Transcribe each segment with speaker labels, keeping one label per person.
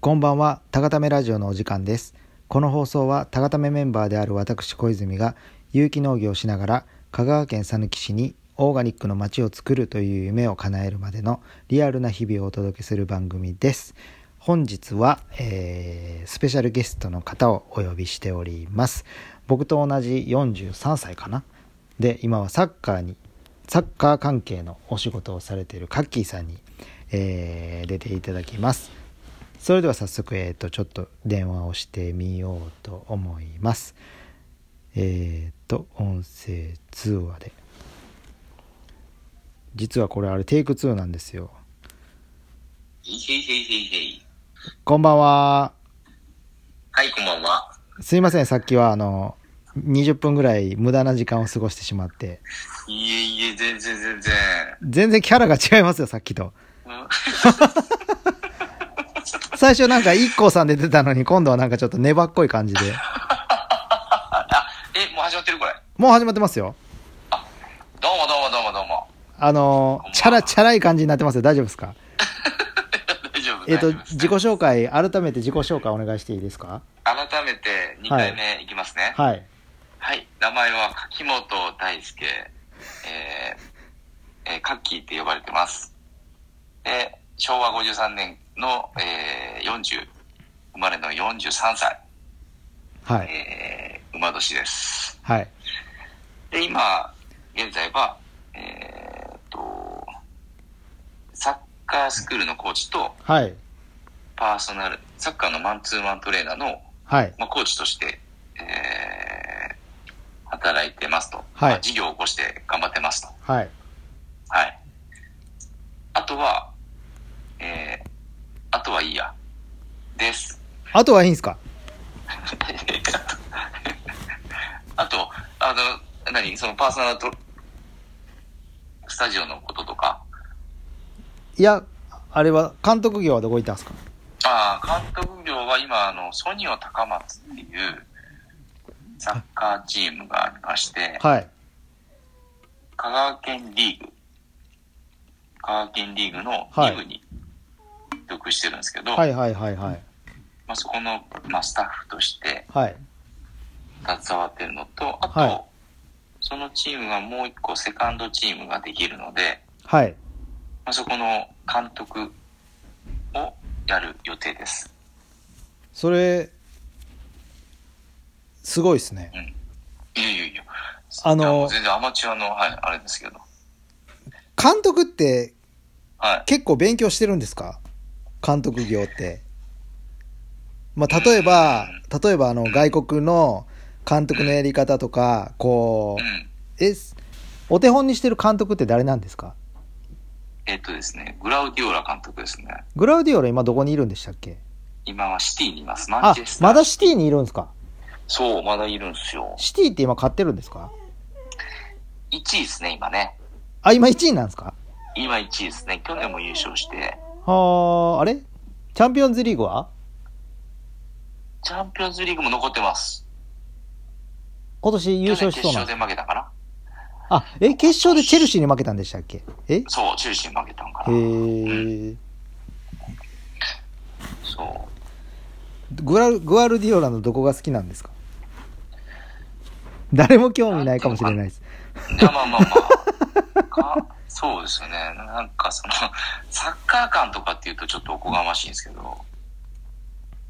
Speaker 1: こんばんは、たがためラジオのお時間です。この放送は、たがためメンバーである私小泉が、有機農業をしながら、香川県讃岐市にオーガニックの街を作るという夢を叶えるまでのリアルな日々をお届けする番組です。本日は、えースペシャルゲストの方をお呼びしております。僕と同じ43歳かな。で、今はサッカーに、サッカー関係のお仕事をされているカッキーさんに、えー出ていただきます。それでは早速、えー、とちょっと電話をしてみようと思いますえっ、と音声通話で実はこれあれテイク2なんですよ
Speaker 2: いへいへいへいへい。
Speaker 1: こんばんは
Speaker 2: はい、こんばんは。
Speaker 1: すいませんさっきはあの20分ぐらい無駄な時間を過ごしてしまって
Speaker 2: いえいえ、全然全然。
Speaker 1: 全然キャラが違いますよさっきと
Speaker 2: うん
Speaker 1: 最初なんか IKKO さんで出てたのに今度はなんかちょっと粘っこい感じで
Speaker 2: え、もう始まってるこれ。
Speaker 1: もう始まってますよ
Speaker 2: どうもどうもどうもどうも。
Speaker 1: あのチャラチャラい感じになってますよ大丈夫ですか
Speaker 2: 大丈夫
Speaker 1: えっ、と
Speaker 2: 大丈夫です
Speaker 1: 自己紹介改めて自己紹介お願いしていいですか
Speaker 2: 改めて2回目いきますね。はい。
Speaker 1: はい
Speaker 2: 名前は柿本大輔。えー、えー、カッキーって呼ばれてます。で、昭和53年の、えー、40、生まれの43歳、
Speaker 1: はい
Speaker 2: えー、馬年です。
Speaker 1: はい
Speaker 2: で、今、現在は、えーっと、サッカースクールのコーチと
Speaker 1: はい
Speaker 2: パーソナル、サッカーのマンツーマントレーナーの、
Speaker 1: はい
Speaker 2: まあ、コーチとして、えー、働いてますと。
Speaker 1: はい
Speaker 2: まあ事業を起こして頑張ってますと。
Speaker 1: はい
Speaker 2: はい。あとは、えー、あとはいいや。です。
Speaker 1: あとはいいんすか
Speaker 2: あと、あの、何そのパーソナルと、スタジオのこととか、
Speaker 1: いやあれは監督業はどこ行ったんすか
Speaker 2: ああ、監督業は今、あの、ソニオ高松っていうサッカーチームがありまして、
Speaker 1: はい
Speaker 2: 香川県リーグ、香川県リーグの
Speaker 1: はい
Speaker 2: 2部に属してるんですけど、
Speaker 1: はいはいはいはい
Speaker 2: まあ、そこの、まあ、スタッフとして
Speaker 1: はい
Speaker 2: 携わってるのと、あと、
Speaker 1: はい
Speaker 2: そのチームがもう一個セカンドチームができるので、
Speaker 1: はい
Speaker 2: まあ、そこの監督をやる予定です。
Speaker 1: それすごいっすね
Speaker 2: いやいやいや。
Speaker 1: あの
Speaker 2: いやもう全然アマチュアの、はい、あれですけど。
Speaker 1: 監督って
Speaker 2: はい。
Speaker 1: 結構勉強してるんですか監督業ってまあ例えば例えばあの外国の監督のやり方とかこ
Speaker 2: う。
Speaker 1: うんえお手本にしてる監督って誰なんですか
Speaker 2: えっとですね、グラウディオラ監督ですね。
Speaker 1: グラウディオラ今どこにいるんでしたっけ
Speaker 2: 今はシティにいます。マン
Speaker 1: あ
Speaker 2: チェスター。
Speaker 1: まだシティにいるんですか
Speaker 2: そう、まだいるんですよ。
Speaker 1: シティって今買ってるんですか
Speaker 2: 1位ですね、今ね。
Speaker 1: あ今1位なんですか
Speaker 2: 今1位ですね。去年も優勝して。
Speaker 1: はああれチャンピオンズリーグは
Speaker 2: チャンピオンズリーグも残ってます。
Speaker 1: 今年優勝しそう
Speaker 2: 去
Speaker 1: な
Speaker 2: 年
Speaker 1: んで
Speaker 2: 決
Speaker 1: す
Speaker 2: 勝で負けたかな
Speaker 1: あえ決勝でチェルシーに負けたんでしたっけえへ
Speaker 2: そう、中心負けたんかな。
Speaker 1: え
Speaker 2: そう。
Speaker 1: グラグアルディオラのどこが好きなんですか誰も興味ないかもしれないです
Speaker 2: いや、まあまあまあ。かそうですよね。なんかその、サッカー感とかっていうとちょっとおこがましいんですけど、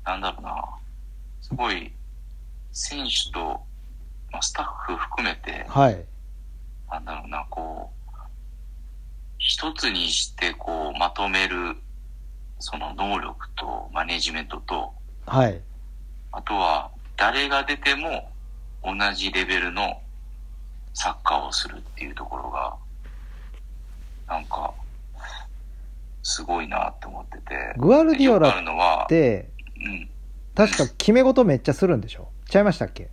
Speaker 2: なんだろうな。すごい、選手と、まあ、スタッフ含めて、
Speaker 1: はい
Speaker 2: なんだろうな、こう、一つにしてこう、まとめる、その能力とマネジメントと、
Speaker 1: はい
Speaker 2: あとは、誰が出ても同じレベルのサッカーをするっていうところが、なんか、すごいなって思ってて。
Speaker 1: グアルディオ
Speaker 2: よくあ
Speaker 1: ラ
Speaker 2: るのは
Speaker 1: っ、て
Speaker 2: うん。
Speaker 1: 確か決め事めっちゃするんでしょちゃいましたっけ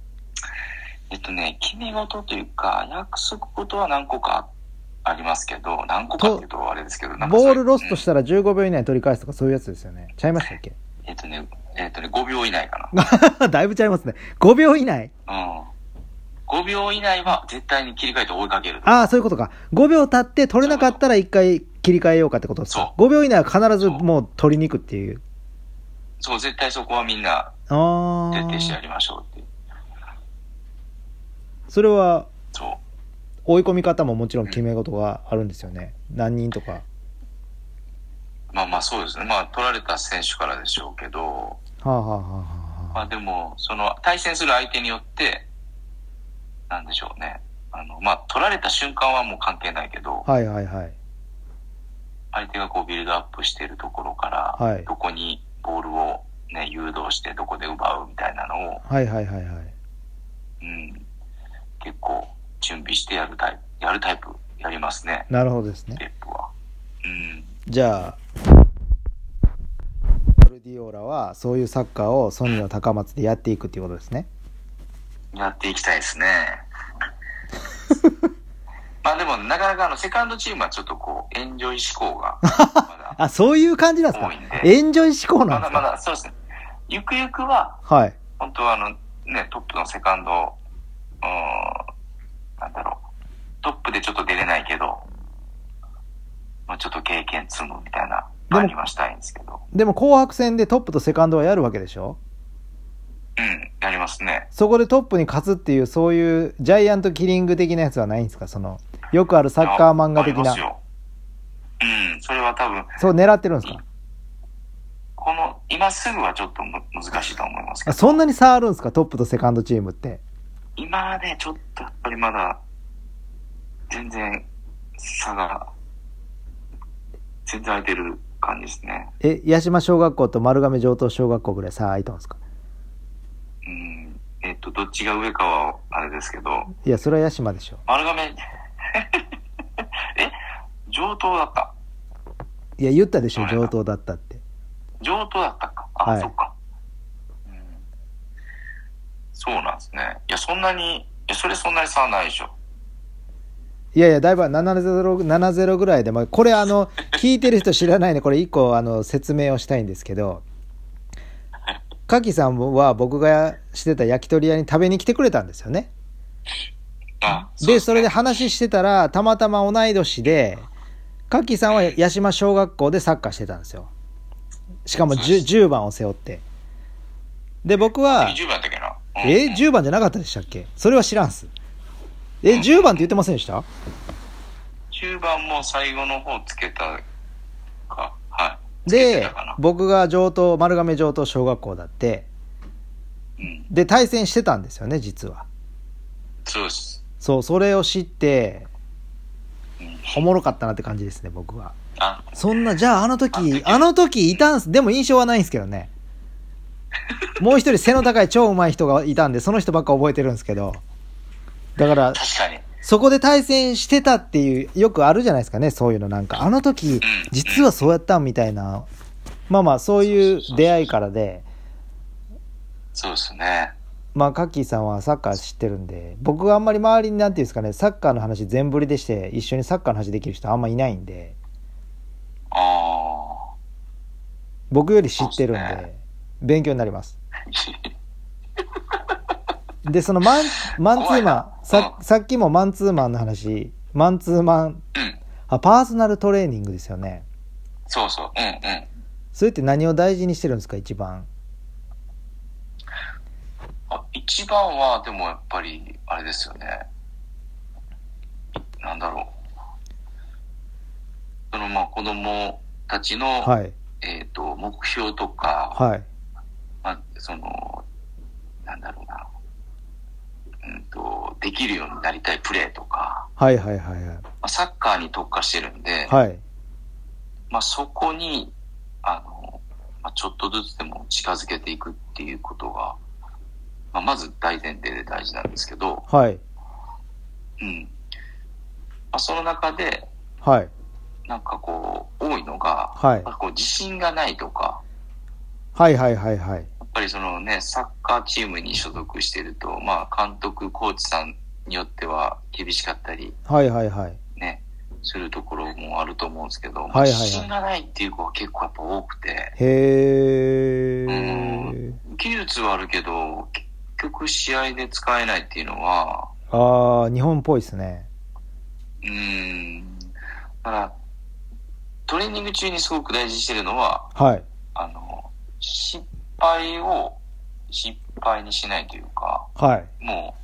Speaker 2: えっとね、決め事というか、約束事は何個かありますけど、何個かっていうとあれですけど、なんかそ
Speaker 1: ボ
Speaker 2: れ
Speaker 1: ールロスト
Speaker 2: うん
Speaker 1: したら15秒以内に取り返すとかそういうやつですよね。ちゃいましたっけ
Speaker 2: えっとね、えっとね、5秒以内か
Speaker 1: だいぶちゃいますね。5秒以内
Speaker 2: な。うん。5秒以内は絶対に切り替えて追いかける。
Speaker 1: ああ、そういうことか。5秒経って取れなかったら1回切り替えようかってことですか。5秒以内は必ずもう取りに行くっていう。
Speaker 2: そう、絶対そこはみんな
Speaker 1: あ
Speaker 2: 徹底してや
Speaker 1: あ
Speaker 2: りましょうって。
Speaker 1: それは
Speaker 2: そう。
Speaker 1: 追い込み方ももちろん決め事があるんですよね何人とか
Speaker 2: まあまあそうですね。まあ取られた選手からでしょうけど、
Speaker 1: はあはあはあ
Speaker 2: まあ
Speaker 1: は
Speaker 2: でも、その対戦する相手によって、なんでしょうね。あの、まあ取られた瞬間はもう関係ないけど
Speaker 1: あ、はいはいはい
Speaker 2: 相手がこうビルドアップしているところか
Speaker 1: は
Speaker 2: ら、
Speaker 1: い
Speaker 2: どこにボールをね、誘導してどこで奪うみたいなのを、
Speaker 1: はいはいはいはい
Speaker 2: うん、結構準備してやるタイプ、やるタイプ、やりますね、
Speaker 1: なるほどですね
Speaker 2: ペップは。うん。
Speaker 1: じゃあガルディオーラはそういうサッカーをソニーの高松でやっていくっていうことですね
Speaker 2: やっていきたいですね。 まあでも、なかなかあの、セカンドチームはちょっとこう、エンジョイ志向が、まだ、
Speaker 1: あそういう感じなんです
Speaker 2: 多
Speaker 1: か
Speaker 2: いん で
Speaker 1: エンジョイ志向なんで
Speaker 2: まだ
Speaker 1: す
Speaker 2: ま
Speaker 1: か
Speaker 2: だ、そうですね。ゆくゆくは、
Speaker 1: はい
Speaker 2: 本当はあの、ね、トップのセカンド、うーん、なんだろう、トップでちょっと出れないけど、まあちょっと経験積むみたいな
Speaker 1: でも
Speaker 2: 感じはしたいんですけど、
Speaker 1: でも紅白戦でトップとセカンドはやるわけでしょ
Speaker 2: うん、やりますね。
Speaker 1: そこでトップに勝つっていうそういうジャイアントキリング的なやつはないんですかそのよくあるサッカー漫画的
Speaker 2: ありま
Speaker 1: な
Speaker 2: すよ。うん、それは多分、
Speaker 1: そう狙ってるんですか
Speaker 2: この、今すぐはちょっとむ難しいと思いますけ
Speaker 1: あ
Speaker 2: ど、
Speaker 1: そんなに差あるんですかトップとセカンドチームって
Speaker 2: 今はね、ちょっとやっぱりまだ、全然差が、全然空いてる感じですね。
Speaker 1: え八島小学校と丸亀上等小学校ぐらい差空いたんですか
Speaker 2: うん。えっと、どっちが上かは、あれですけど、
Speaker 1: いやそれは八島でしょ
Speaker 2: 丸亀、 え上等だった。
Speaker 1: いや言ったでしょ
Speaker 2: どれだ
Speaker 1: 上等だったって
Speaker 2: 上等だったか。あ、
Speaker 1: はい
Speaker 2: そっか、うん。そうなんですね。いや、そんなに、いや、それそんなに差ないでしょ。
Speaker 1: いやいやだいぶ70 70ぐらいで、まあ、これあの聞いてる人知らないんでこれ一個あの説明をしたいんですけどカキさんは僕がしてた焼き鳥屋に食べに来てくれたんですよね
Speaker 2: あ、う
Speaker 1: で、
Speaker 2: す
Speaker 1: それで話してたら、たまたま同い年で、カッキーさんは八島小学校でサッカーしてたんですよ。しかも 10, 10番を背負って。で、僕は、
Speaker 2: 20番だったっけな。うん
Speaker 1: え、10番じゃなかったでしたっけそれは知らんす。え、10番って言ってませんでした
Speaker 2: 中盤も最後の方つけたか。はい。つけて
Speaker 1: で
Speaker 2: たかな、
Speaker 1: 僕が上等、丸亀上等小学校だって、
Speaker 2: うん。
Speaker 1: で、対戦してたんですよね、実は。
Speaker 2: そうです。
Speaker 1: そう、それを知って、
Speaker 2: うん。
Speaker 1: おもろかったなって感じですね、僕は。
Speaker 2: あ、
Speaker 1: そんな、じゃああの
Speaker 2: あの
Speaker 1: 時
Speaker 2: 時、
Speaker 1: あの時いたんす。でも印象はないんですけどね。もう一人背の高い超うまい人がいたんで、その人ばっか覚えてるんですけど。だから、
Speaker 2: 確かに。
Speaker 1: そこで対戦してたっていう、よくあるじゃないですかね、そういうのなんか。あの時、実はそうやったんみたいな。まあまあ、そういう出会いからで、
Speaker 2: そうですね。
Speaker 1: まあ、カッキーさんはサッカー知ってるんで、僕があんまり周りになんていうんですかね、サッカーの話全振りでして、一緒にサッカーの話できる人あんまいないんで、
Speaker 2: ああ。
Speaker 1: 僕より知ってるん
Speaker 2: そうっす
Speaker 1: で
Speaker 2: ね、
Speaker 1: 勉強になります。でそのマンマン ツーマン
Speaker 2: 怖いな
Speaker 1: ささっきもマンツーマンの話マンツーマン
Speaker 2: うん。
Speaker 1: あパーソナルトレーニングですよね
Speaker 2: そうそう。うんうん。
Speaker 1: それって何を大事にしてるんですか一番
Speaker 2: あ一番は、でもやっぱり、あれですよね。なんだろう。その、まあ、子供たちの、
Speaker 1: はい
Speaker 2: えっ、と、目標とか、
Speaker 1: はい
Speaker 2: まあ、その、なんだろうな。うんと、できるようになりたいプレーとか、
Speaker 1: はいはいはいはい
Speaker 2: まあ、サッカーに特化してるんで、
Speaker 1: はい
Speaker 2: まあ、そこに、あの、まあ、ちょっとずつでも近づけていくっていうことが、まあ、まず大前提で大事なんですけど、
Speaker 1: はい
Speaker 2: うん。まあ、その中で、
Speaker 1: はい
Speaker 2: なんかこう、多いのが、
Speaker 1: はい
Speaker 2: やっぱこう自信がないとか、
Speaker 1: はいはいはいはい
Speaker 2: やっぱりそのね、サッカーチームに所属してると、まあ、監督、コーチさんによっては厳しかったり、
Speaker 1: はいはいはい
Speaker 2: ね、するところもあると思うんですけど、まあ
Speaker 1: はいはいはい
Speaker 2: 自信がないっていう子は結構やっぱ多くて、
Speaker 1: へえ
Speaker 2: う技術はあるけど、結局試合で使えないっていうのは、
Speaker 1: あー日本っぽいですね
Speaker 2: うーん、だから、トレーニング中にすごく大事にしてるのは、
Speaker 1: はい
Speaker 2: あの、失敗を失敗にしないというか、
Speaker 1: はい。
Speaker 2: も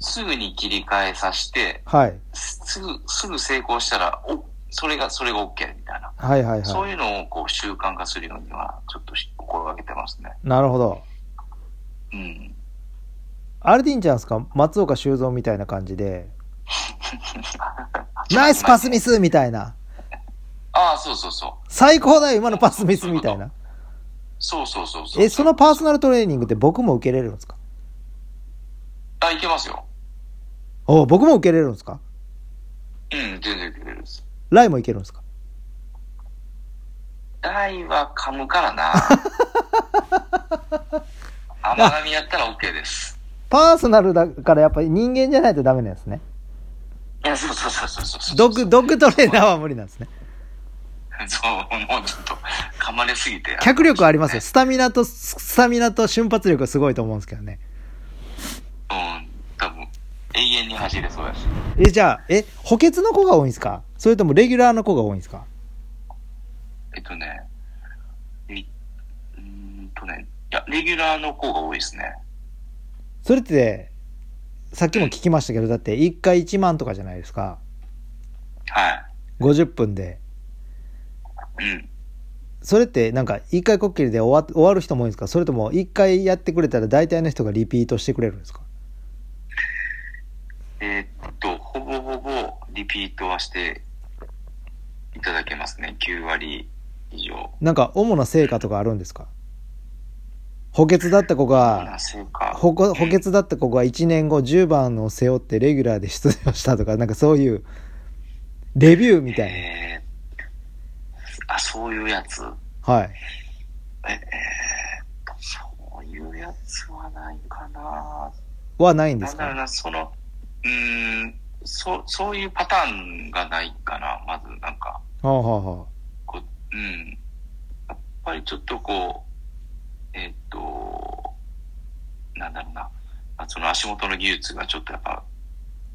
Speaker 2: う、すぐに切り替えさせて、
Speaker 1: はい。
Speaker 2: すすぐ、すぐ成功したら、お、それが、それが OK みたいな。
Speaker 1: はいはい
Speaker 2: そ
Speaker 1: は
Speaker 2: ういうのをこう習慣化するようには、ちょっと心がけてますね。
Speaker 1: い。なるほど。
Speaker 2: うん。
Speaker 1: あれでいいんじゃないですか松岡修造みたいな感じ で。ナイスパスミスみたいな。
Speaker 2: ああ、そうそうそう。
Speaker 1: 最高だよ、今のパスミスみ たいな。
Speaker 2: そうそうそうそう。
Speaker 1: え、そのパーソナルトレーニングって僕も受けれるんですか
Speaker 2: あ、いけますよ。
Speaker 1: お僕も受けれるんですか
Speaker 2: うん、全然いけるです。
Speaker 1: ライもいけるんですか
Speaker 2: 大は噛むか らな。甘噛みやったら OK です。
Speaker 1: パーソナルだからやっぱり人間じゃないとダメなんですね。
Speaker 2: いや、そうそうそうそうそうそう。
Speaker 1: ドッグ、ドッグトレーナーは無理なんですね。
Speaker 2: そう、もうちょっと噛まれすぎて。
Speaker 1: 脚力ありますよ。スタミナと、ススタミナと瞬発力がすごいと思うんですけどね。
Speaker 2: うん、多分、永遠に走れそうやし。
Speaker 1: え、じゃあ、え、補欠の子が多いんですかそれともレギュラーの子が多いんですか
Speaker 2: えっとね、いうーんとね、いや、レギュラーの子が多いですね。
Speaker 1: それって、さっきも聞きましたけど、だって1回1万とかじゃないですか。
Speaker 2: は
Speaker 1: 50分で。
Speaker 2: い。うん。
Speaker 1: それってなんか1回こっきりで終わ終わる人も多いんですかそれとも1回やってくれたら大体の人がリピートしてくれるんですか
Speaker 2: えーっと、ほぼほぼリピートはしていただけますね。9割以上。
Speaker 1: なんか主な成果とかあるんですか補欠だった子
Speaker 2: な
Speaker 1: が、
Speaker 2: そうか。
Speaker 1: 補補欠だった子が1年後10番を背負ってレギュラーで出場したとか、なんかそういう、レビューみたい
Speaker 2: えーあ、そういうやつ
Speaker 1: な。はい。
Speaker 2: え、えーっと、そういうやつはないかな。
Speaker 1: はないんで
Speaker 2: な
Speaker 1: す
Speaker 2: んだろう
Speaker 1: か
Speaker 2: な、その、うーん、そ、そういうパターンがないかな、まず、なんか、
Speaker 1: はあはあは
Speaker 2: こう、うん。やっぱりちょっとこう、えーっと、なんだろうな、あその足元の技術がちょっとやっぱ、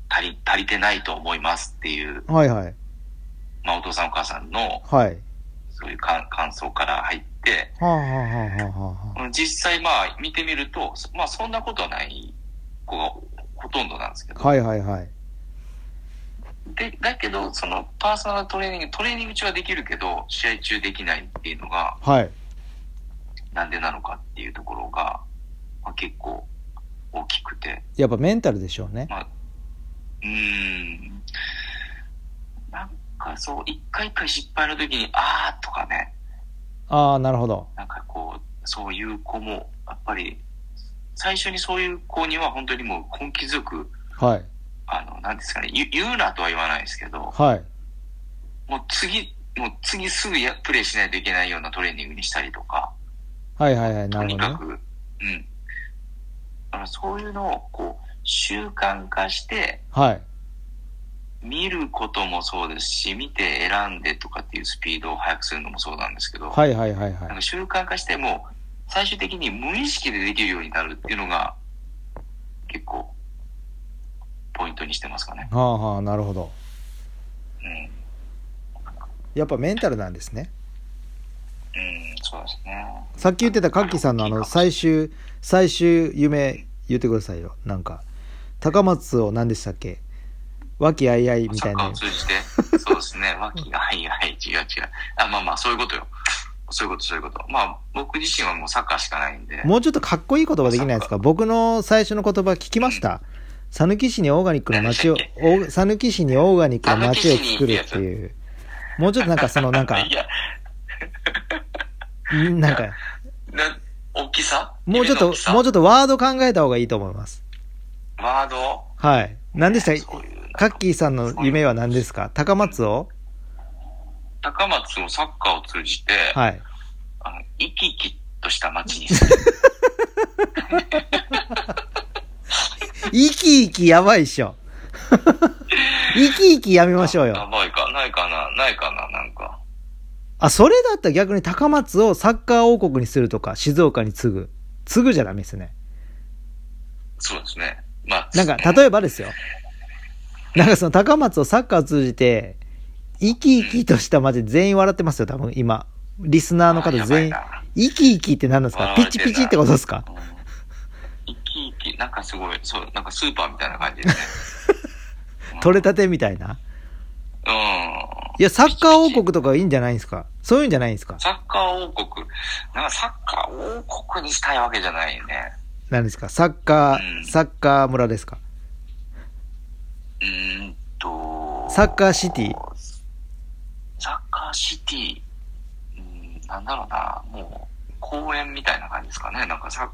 Speaker 2: 足り、足りてないと思いますっていう、
Speaker 1: あ。はいはい。
Speaker 2: まあお父さんお母さんの、
Speaker 1: はい。
Speaker 2: そういう感感想から入って、
Speaker 1: はあはあはあはあはあ。
Speaker 2: うん実際まあ見てみると、そまあそんなことはない子がほとんどなんですけど、
Speaker 1: はいはいはい。
Speaker 2: でだけど、そのパーソナルトレーニング、トレーニング中はできるけど、試合中できないっていうのが、
Speaker 1: はい。
Speaker 2: なんでなのかっていうところが、まあ、結構大きくて、
Speaker 1: やっぱメンタルでしょうね。
Speaker 2: まあ、うーん、なんかそう、一回一回失敗の時に、あーとかね、
Speaker 1: ああ、なるほど。
Speaker 2: なんかこう、そういう子も、やっぱり、最初にそういう子には本当にもう根気強く、
Speaker 1: はい。
Speaker 2: あの、なんですかね、言う言うなとは言わないですけど、
Speaker 1: はい。
Speaker 2: もう次、もう次すぐやプレイしないといけないようなトレーニングにしたりとか、
Speaker 1: はいはいはい。なる
Speaker 2: と
Speaker 1: ほ
Speaker 2: に
Speaker 1: ど
Speaker 2: か
Speaker 1: ね。
Speaker 2: く、うん。だからそういうのをこう、習慣化して、
Speaker 1: はい。
Speaker 2: 見ることもそうですし、見て選んでとかっていうスピードを速くするのもそうなんですけど、
Speaker 1: はいはいはいは
Speaker 2: なん
Speaker 1: い。
Speaker 2: か習慣化しても、最終的に無意識でできるようになるっていうのが、結構、ポイントにしてますかね。
Speaker 1: はあはあ、なるほど。
Speaker 2: うん。
Speaker 1: やっぱメンタルなんですね。
Speaker 2: うん、そうですね。
Speaker 1: さっき言ってたカッキーさんのあの、最終、最終夢言ってくださいよ。なんか、高松を何でしたっけ和気あいあいみ
Speaker 2: サ
Speaker 1: たい
Speaker 2: ッカー
Speaker 1: な
Speaker 2: を。通じて、そうで すね、和気が、はいはい、違う違う。あ、まあまあ、そういうことよ。そういうこと、そういうこと。まあ、僕自身はもうサッカーしかないんで。
Speaker 1: もうちょっとかっこいい言葉できないですか僕の最初の言葉聞きました讃岐市にオーガニックの街を
Speaker 2: 何でし、
Speaker 1: オー讃岐市にオーガニックの街を作るっていう。もうちょっとなんかそのなんか
Speaker 2: い、や、
Speaker 1: んなんか、
Speaker 2: な、大きさ
Speaker 1: もうちょっと、もうちょっ
Speaker 2: ょっ
Speaker 1: とワード考えた方がいいと思います。
Speaker 2: と。ワード
Speaker 1: はい。何でした
Speaker 2: そういう
Speaker 1: カッキーさんの夢は何ですか高松を
Speaker 2: 高松をサッカーを通じて、
Speaker 1: はい。
Speaker 2: あの、生き生きとした街にする。
Speaker 1: 生き生きやばいっし ょ。生き生きやめましょう
Speaker 2: や
Speaker 1: よ。
Speaker 2: ばいか、ないかな、ないかな、なんか。
Speaker 1: あ、それだったら逆に高松をサッカー王国にするとか、静岡に次ぐ。継ぐじゃダメですね。
Speaker 2: そうですね。まあ、
Speaker 1: なんか、例えばですよ。なんかその高松をサッカーを通じて、生き生きとした街全員笑ってますよ、多分今。リスナーの方
Speaker 2: あやば
Speaker 1: 全
Speaker 2: い
Speaker 1: 員
Speaker 2: な。
Speaker 1: 生き生きって何なんですか
Speaker 2: 笑
Speaker 1: ピ
Speaker 2: われ
Speaker 1: チ
Speaker 2: てんな
Speaker 1: ピチってことですか
Speaker 2: うん生き生き、なんかすごい、そう、なんかスーパーみたいな感じでね。うん
Speaker 1: 取れたてみたいな。
Speaker 2: うん。
Speaker 1: いや、サッカー王国とかいいんじゃないんですかそういうんじゃないんですか
Speaker 2: サッカー王国。なんかサッカー王国にしたいわけじゃないよね。
Speaker 1: 何ですかサッカ
Speaker 2: う
Speaker 1: ー、
Speaker 2: ん
Speaker 1: サッカー村ですか
Speaker 2: うーんと。
Speaker 1: サッカーシティ
Speaker 2: サッカーシティ。うん、なんだろうな。もう、公園みたいな感じですかね。なんかさ、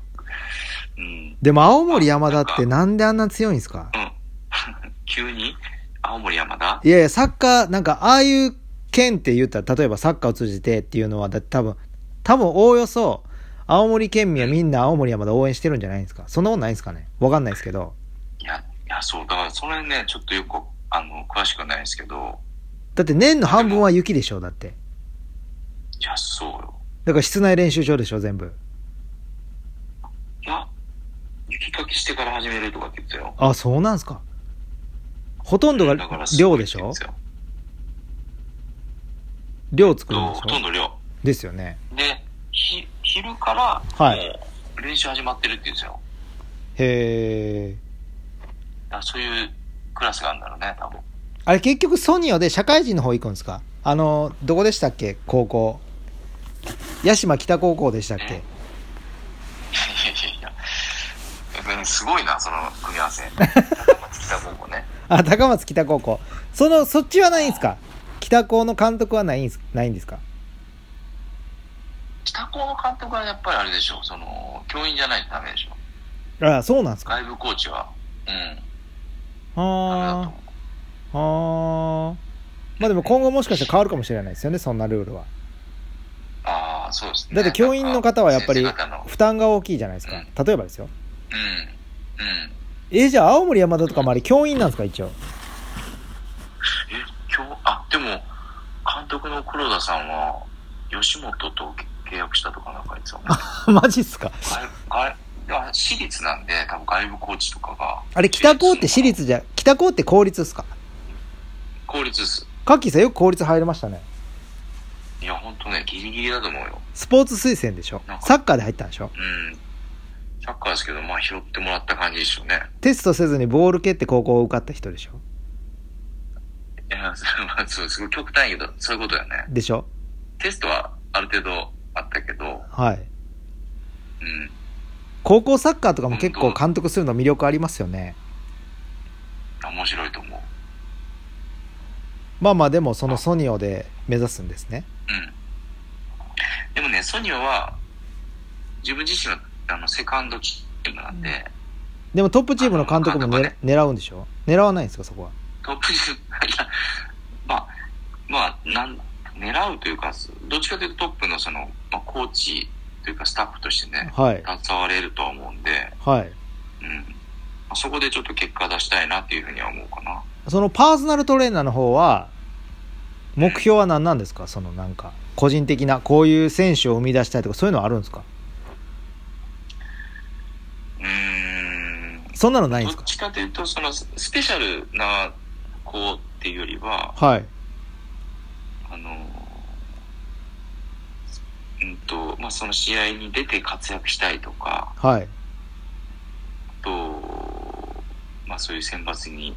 Speaker 2: うん、
Speaker 1: でも青森山田ってなんであんな強いんですか
Speaker 2: うん。急に青森山田
Speaker 1: いやいや、サッカー、なんか、ああいう県って言ったら、例えばサッカーを通じてっていうのは、だって多分、多分おおよそ、青森県民はみんな青森山田応援してるんじゃないんですかそんなことないんですかねわかんないですけど。
Speaker 2: いや、いや、そう。だから、それね、ちょっとよく、あの、詳しくないですけど、
Speaker 1: だって年の半分は雪でしょだって。
Speaker 2: いや、そうよ。
Speaker 1: だから室内練習場でしょ全部。
Speaker 2: いや、雪かきしてから始めるとかって言ってたよ。
Speaker 1: あ、そうなんすか。ほとんどが
Speaker 2: だから
Speaker 1: 寮でしょ
Speaker 2: すごいって
Speaker 1: 寮作
Speaker 2: 言
Speaker 1: る
Speaker 2: うん
Speaker 1: んで
Speaker 2: で
Speaker 1: すし
Speaker 2: よほと
Speaker 1: ょ
Speaker 2: んど寮。
Speaker 1: ですよね。
Speaker 2: で、ひ、昼から、
Speaker 1: はい
Speaker 2: もう練習始まってるって言うんですよ。
Speaker 1: へえ。
Speaker 2: だからそういうクラスがあるんだろうね、多分。
Speaker 1: あれ結局ソニオで社会人の方行くんですかあの、どこでしたっけ高校。八島北高校でしたっけ
Speaker 2: いやいやいや。うんすごいな、その組み合 わせ。高松北高校ね。
Speaker 1: あ、高松北高校。その、そっちはないんですか北高の監督はないんすないんですか
Speaker 2: 北高の監督はやっぱりあれでしょ、その、教員じゃないとダメでしょ。
Speaker 1: あそうなんですか
Speaker 2: 外部コーチは、うん、ダメだと
Speaker 1: あ
Speaker 2: 思
Speaker 1: あ。
Speaker 2: う。
Speaker 1: ああ。まあでも今後もしかしたら変わるかもしれないですよね、そんなルールは。
Speaker 2: ああ、そうですね。
Speaker 1: だって教員の方はやっぱり
Speaker 2: なんか先生方の
Speaker 1: 負担が大きいじゃないですか。例えばですよ。
Speaker 2: うん、うん。
Speaker 1: えじゃあ青森山田とかもあれ教員なんですか一応。
Speaker 2: え、今日、あ、でも、監督の黒田さんは、吉本と契約したとかなんか言ってた もん ね。
Speaker 1: マジっすか
Speaker 2: 外外いや私立なんで、多分外部コーチとかが、
Speaker 1: あれ北高って私立じゃ、北高って公立っすか
Speaker 2: 公立です。
Speaker 1: カッキーさんよく公立入れましたね。
Speaker 2: いや、ほんとね、ギリギリだと思うよ。
Speaker 1: スポーツ推薦でしょ
Speaker 2: なんか
Speaker 1: サッカーで入ったんでしょ
Speaker 2: うん。サッカーですけど、まあ拾ってもらった感じでしょうね。
Speaker 1: テストせずにボール蹴って高校を受かった人でしょ
Speaker 2: いや、 それは、そう、すごい極端やけど、そういうことだよね。
Speaker 1: でしょ
Speaker 2: テストはある程度あったけど、
Speaker 1: はい。
Speaker 2: うん。
Speaker 1: 高校サッカーとかも結構監督するの魅力ありますよね。
Speaker 2: 面白いと思う。
Speaker 1: まあまあでもそのソニオで目指すんですね。
Speaker 2: うん。でもね、ソニオは、自分自身のあのセカンドチームなんで、
Speaker 1: でもトップチームの監督もね、
Speaker 2: 監督
Speaker 1: 狙うんでしょ狙わないんですかそこは。
Speaker 2: トップチーム、いや、まあ、まあ、なん、狙うというか、どっちかというとトップのその、まあ、コーチというかスタッフとしてね、
Speaker 1: はい。
Speaker 2: 携われるとは思うんで、
Speaker 1: はい。
Speaker 2: うん。まあそこでちょっと結果出したいなっていうふうには思うかな。
Speaker 1: そのパーソナルトレーナーの方は、目標は何なんですかそのなんか、個人的な、こういう選手を生み出したいとか、そういうのはあるんですか
Speaker 2: うーん。
Speaker 1: そんなのないん
Speaker 2: ど
Speaker 1: です
Speaker 2: っ
Speaker 1: か
Speaker 2: ちかというと、その、ススペシャルな子っていうよりは、
Speaker 1: はい。
Speaker 2: あの、うんと、まあ、その試合に出て活躍したいとか、
Speaker 1: はい。
Speaker 2: あと、まあ、そういう選抜に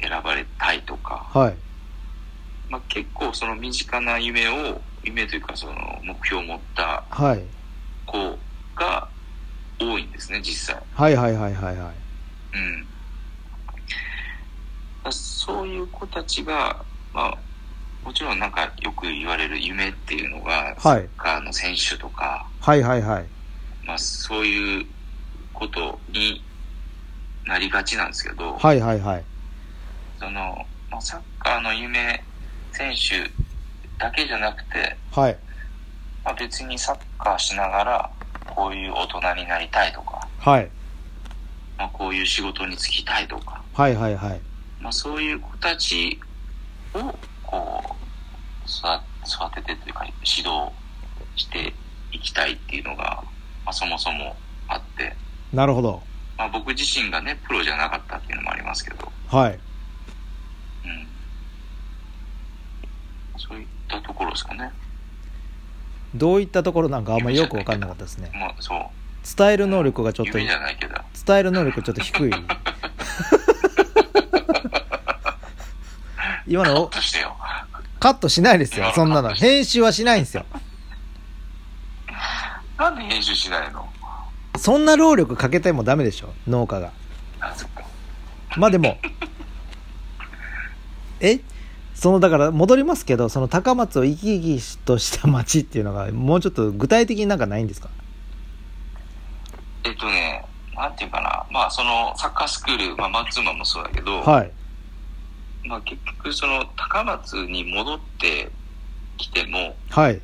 Speaker 2: 選ばれたいとか、
Speaker 1: はい。
Speaker 2: まあ、結構その身近な夢を、夢というかその目標を持った
Speaker 1: はい。
Speaker 2: 子が多いんですね、実際。
Speaker 1: はいはいはいはいはい。
Speaker 2: うん。まあそういう子たちが、まあ、もちろんなんかよく言われる夢っていうのが、サ
Speaker 1: はい
Speaker 2: ッカーの選手とか、
Speaker 1: はいはいはい。
Speaker 2: まあ、そういうことになりがちなんですけど、
Speaker 1: はいはいはい。
Speaker 2: その、まあ、サッカーの夢選手だけじゃなくて、
Speaker 1: はい。
Speaker 2: まあ、別にサッカーしながら、こういう大人になりたいとか、
Speaker 1: はい。
Speaker 2: まあ、こういう仕事に就きたいとか、
Speaker 1: はいはいはい。
Speaker 2: まあ、そういう子たちを、こう、育育ててというか、指導していきたいっていうのが、まあ、そもそもあって、
Speaker 1: なるほど。
Speaker 2: まあ、僕自身がね、プロじゃなかったっていうのもありますけど、
Speaker 1: はい。
Speaker 2: うんそういったところですかね。
Speaker 1: どういったところなんかあんまよく分かんなかったですね
Speaker 2: もうそう
Speaker 1: 伝える能力がちょっと
Speaker 2: 夢じゃないけど
Speaker 1: 伝える能力ちょっと低い 今
Speaker 2: カッ
Speaker 1: の
Speaker 2: トしてよ
Speaker 1: カットしないですよそんなの編集はしないんですよ
Speaker 2: なんで編集しないの
Speaker 1: そんな労力かけてもダメでしょ農家が
Speaker 2: あそっか
Speaker 1: まあでも えそのだから戻りますけどその高松を生き生きとした町っていうのがもうちょっと具体的になんかないんですか
Speaker 2: えっとねなんていうかなまあそのサッカースクール、まあ、マンツーマンもそうだけど、
Speaker 1: はい
Speaker 2: まあ、結局その高松に戻ってきても、
Speaker 1: はい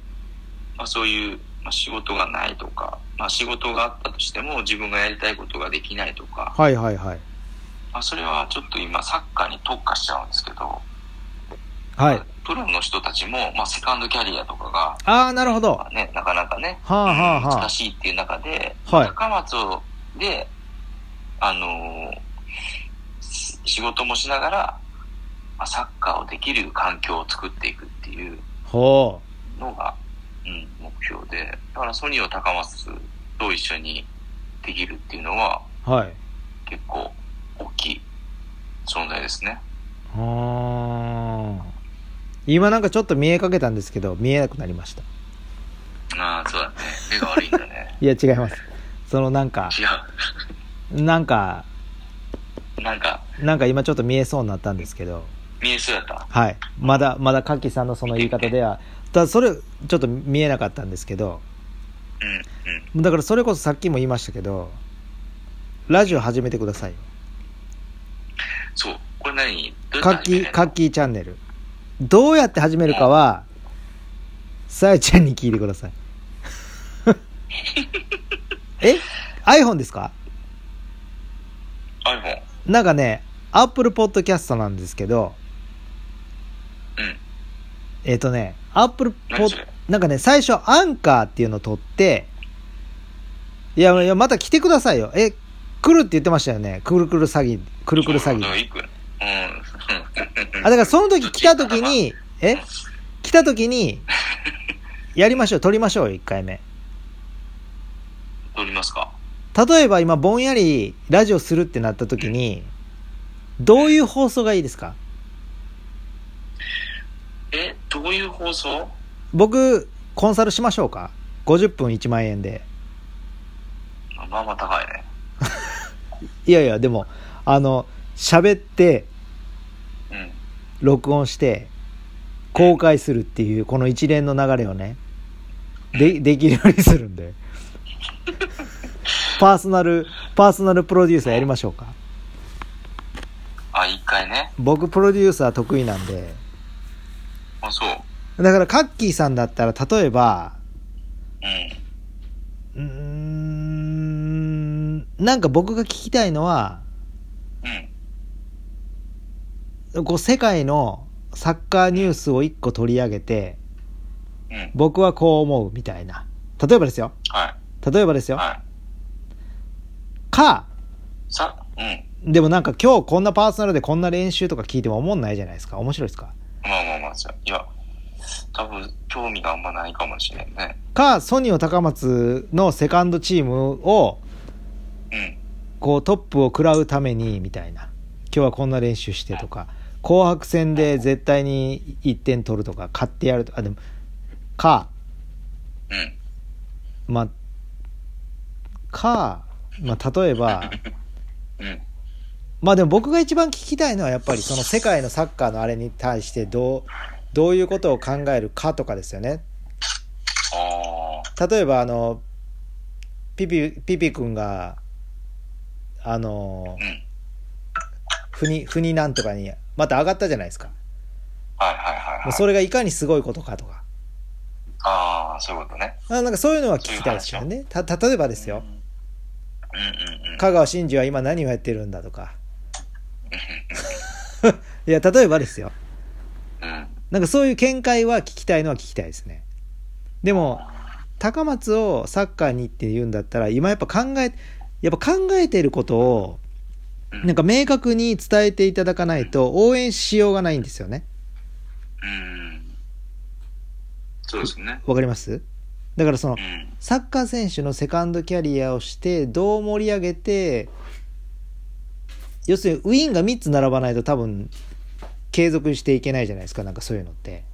Speaker 2: まあ、そういう、まあ、仕事がないとか、まあ、仕事があったとしても自分がやりたいことができないとか、
Speaker 1: はいはいはい
Speaker 2: まあ、それはちょっと今サッカーに特化しちゃうんですけど、
Speaker 1: はい
Speaker 2: プロの人たちも、まあ、セカンドキャリアとかが、
Speaker 1: ああなるほど
Speaker 2: ま
Speaker 1: は
Speaker 2: あね、なかなかね、
Speaker 1: あはあは
Speaker 2: 難しいっていう中で、
Speaker 1: あはい
Speaker 2: 高松で、あのーし仕事もしながら、まあ、サッカーをできる環境を作っていくっていう
Speaker 1: ほ
Speaker 2: のが、うん、目標で、だからソニーを高松と一緒にできるっていうのは、
Speaker 1: うはい
Speaker 2: 結構大きい存在ですね。
Speaker 1: はあ今なんかちょっと見えかけたんですけど見えなくなりました
Speaker 2: ああ、そうだね。目が悪いんだ ね。
Speaker 1: いや違いますそのなんか
Speaker 2: 違
Speaker 1: なんか
Speaker 2: う。なんか、
Speaker 1: なんか今ちょっと見えそうになったんですけど
Speaker 2: 見えそうだった。
Speaker 1: はいまだまだカキさんのその言い方ではただそれちょっと見えなかったんですけど
Speaker 2: うん、うん。
Speaker 1: だからそれこそさっきも言いましたけどラジオ始めてくださいよ
Speaker 2: そう。これ何どうや
Speaker 1: カ
Speaker 2: っ
Speaker 1: ッ
Speaker 2: て
Speaker 1: キー
Speaker 2: 始めるの
Speaker 1: カッキーチャンネルどうやって始めるかはさやちゃんに聞いてく ださいえ iPhone ですか
Speaker 2: iPhone。
Speaker 1: なんかね Apple Podcast なんですけど
Speaker 2: うん。
Speaker 1: えっ、とね Apple
Speaker 2: 何それ
Speaker 1: なんかね、最初、アンカーっていうのを取って、いや、いやまた来てくださいよ。え、来るって言ってましたよね。くるくる詐欺、くるくる詐欺。
Speaker 2: そう
Speaker 1: あ、
Speaker 2: いくうん。
Speaker 1: だからその時来た時に、え来た時に、やりましょう、撮りましょうよ、1回目。
Speaker 2: 撮りますか
Speaker 1: 例えば今、ぼんやりラジオするってなった時に、どういう放送がいいですか
Speaker 2: え、どういう放送
Speaker 1: 僕、コンサルしましょうか ?50 分1万円で。
Speaker 2: あまあまあ高いね。
Speaker 1: いやいや、でも、あの、喋って、
Speaker 2: うん。
Speaker 1: 録音して公開するっていうこの一連の流れをねでできるようにするんでパーソナルパーソナルプロデューサーやりましょうか
Speaker 2: あ、一回ね。
Speaker 1: 僕プロデューサー得意なんで
Speaker 2: あ、そう。
Speaker 1: だからカッキーさんだったら例えば
Speaker 2: う
Speaker 1: うー
Speaker 2: ん。
Speaker 1: んなんか僕が聞きたいのは
Speaker 2: うん。
Speaker 1: こう世界のサッカーニュースを一個取り上げて
Speaker 2: うん。
Speaker 1: 僕はこう思うみたいな例えばですよ
Speaker 2: は
Speaker 1: 例えばです
Speaker 2: い。
Speaker 1: よ
Speaker 2: は
Speaker 1: か
Speaker 2: い。さ、うん。
Speaker 1: でもなんか今日こんなパーソナルでこんな練習とか聞いても思んないじゃないですか。面白いですか
Speaker 2: まあまあまあ、さいや、多分、興味があんまないかもしれんね。
Speaker 1: か、ソニオ高松のセカンドチームを、
Speaker 2: うん。
Speaker 1: こうトップを食らうために、みたいな。今日はこんな練習してとか、紅白戦で絶対に1点取るとか、勝ってやるとか、あでも、か、
Speaker 2: うん。
Speaker 1: まあ、か、まあ例えば、
Speaker 2: うん。
Speaker 1: まあでも僕が一番聞きたいのはやっぱりその世界のサッカーのあれに対してどう、どういうことを考えるかとかですよね。
Speaker 2: あ
Speaker 1: 例えばあのピピピピ君があの
Speaker 2: ー。うん。
Speaker 1: ふにふになんとかにまた上がったじゃないですか
Speaker 2: はいはいはい、
Speaker 1: もう
Speaker 2: はい。
Speaker 1: それがいかにすごいことかとか
Speaker 2: ああ、そういうことね。
Speaker 1: あなんかそういうのは聞きたいですよねた例えばですよ
Speaker 2: うん。うんうんうん。
Speaker 1: 香川真司は今何をやってるんだとか いや例えばですよ
Speaker 2: うん。
Speaker 1: なんかそういう見解は聞きたいのは聞きたいですねでも高松をサッカーにって言うんだったら今やっぱ考えやっぱ考えていることを
Speaker 2: うん
Speaker 1: なんか明確に伝えていただかないと応援しようがないんですよね。
Speaker 2: うん。そうですね。
Speaker 1: わかりますだからその
Speaker 2: うん。
Speaker 1: サッカー選手のセカンドキャリアをしてどう盛り上げて要するにウィンが3つ並ばないと多分継続していけないじゃないですかなんかそういうのって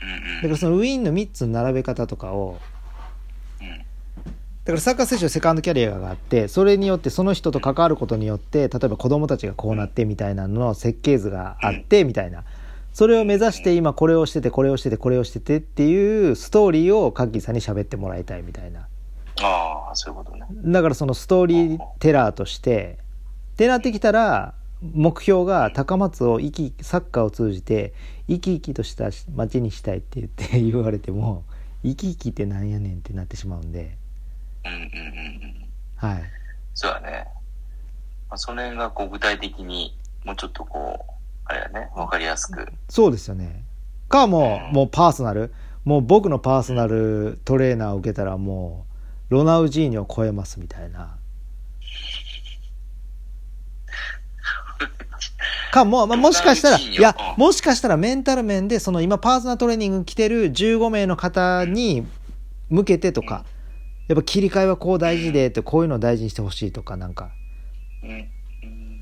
Speaker 2: う
Speaker 1: だ
Speaker 2: ん
Speaker 1: か
Speaker 2: うん。
Speaker 1: らそのウィンの3つの並べ方とかを
Speaker 2: うん。
Speaker 1: だからサッカー選手のセカンドキャリアがあってそれによってその人と関わることによって例えば子供たちがこうなってみたいなのの設計図があってみたいなそれを目指して今これをしててこれをしててこれをしててっていうストーリーをカッキーさんに喋ってもらいたいみたいな
Speaker 2: ああ、そういうことね。
Speaker 1: だからそのストーリーテラーとしてってなってきたら目標が高松を生きサッカーを通じて生き生きとした街にしたいって言って言われても生き生きってなんやねんってなってしまうんで
Speaker 2: うんうんうんうん。
Speaker 1: はい
Speaker 2: そうだね。まあ、その辺がこう具体的にもうちょっとこう、あれやね、わかりやすく。
Speaker 1: そうですよねかもうもうパーソナルもう僕のパーソナルトレーナーを受けたらもうロナウジーニョを超えますみたい なかもう、まあ、もしかしたら
Speaker 2: ロナウ
Speaker 1: い
Speaker 2: ジーニョ
Speaker 1: や
Speaker 2: うん
Speaker 1: もしかしたらメンタル面でその今パーソナルトレーニング来てる15名の方に向けてとかやっぱ切り替えはこう大事でってこういうのを大事にしてほしいとかなんか
Speaker 2: うん。うん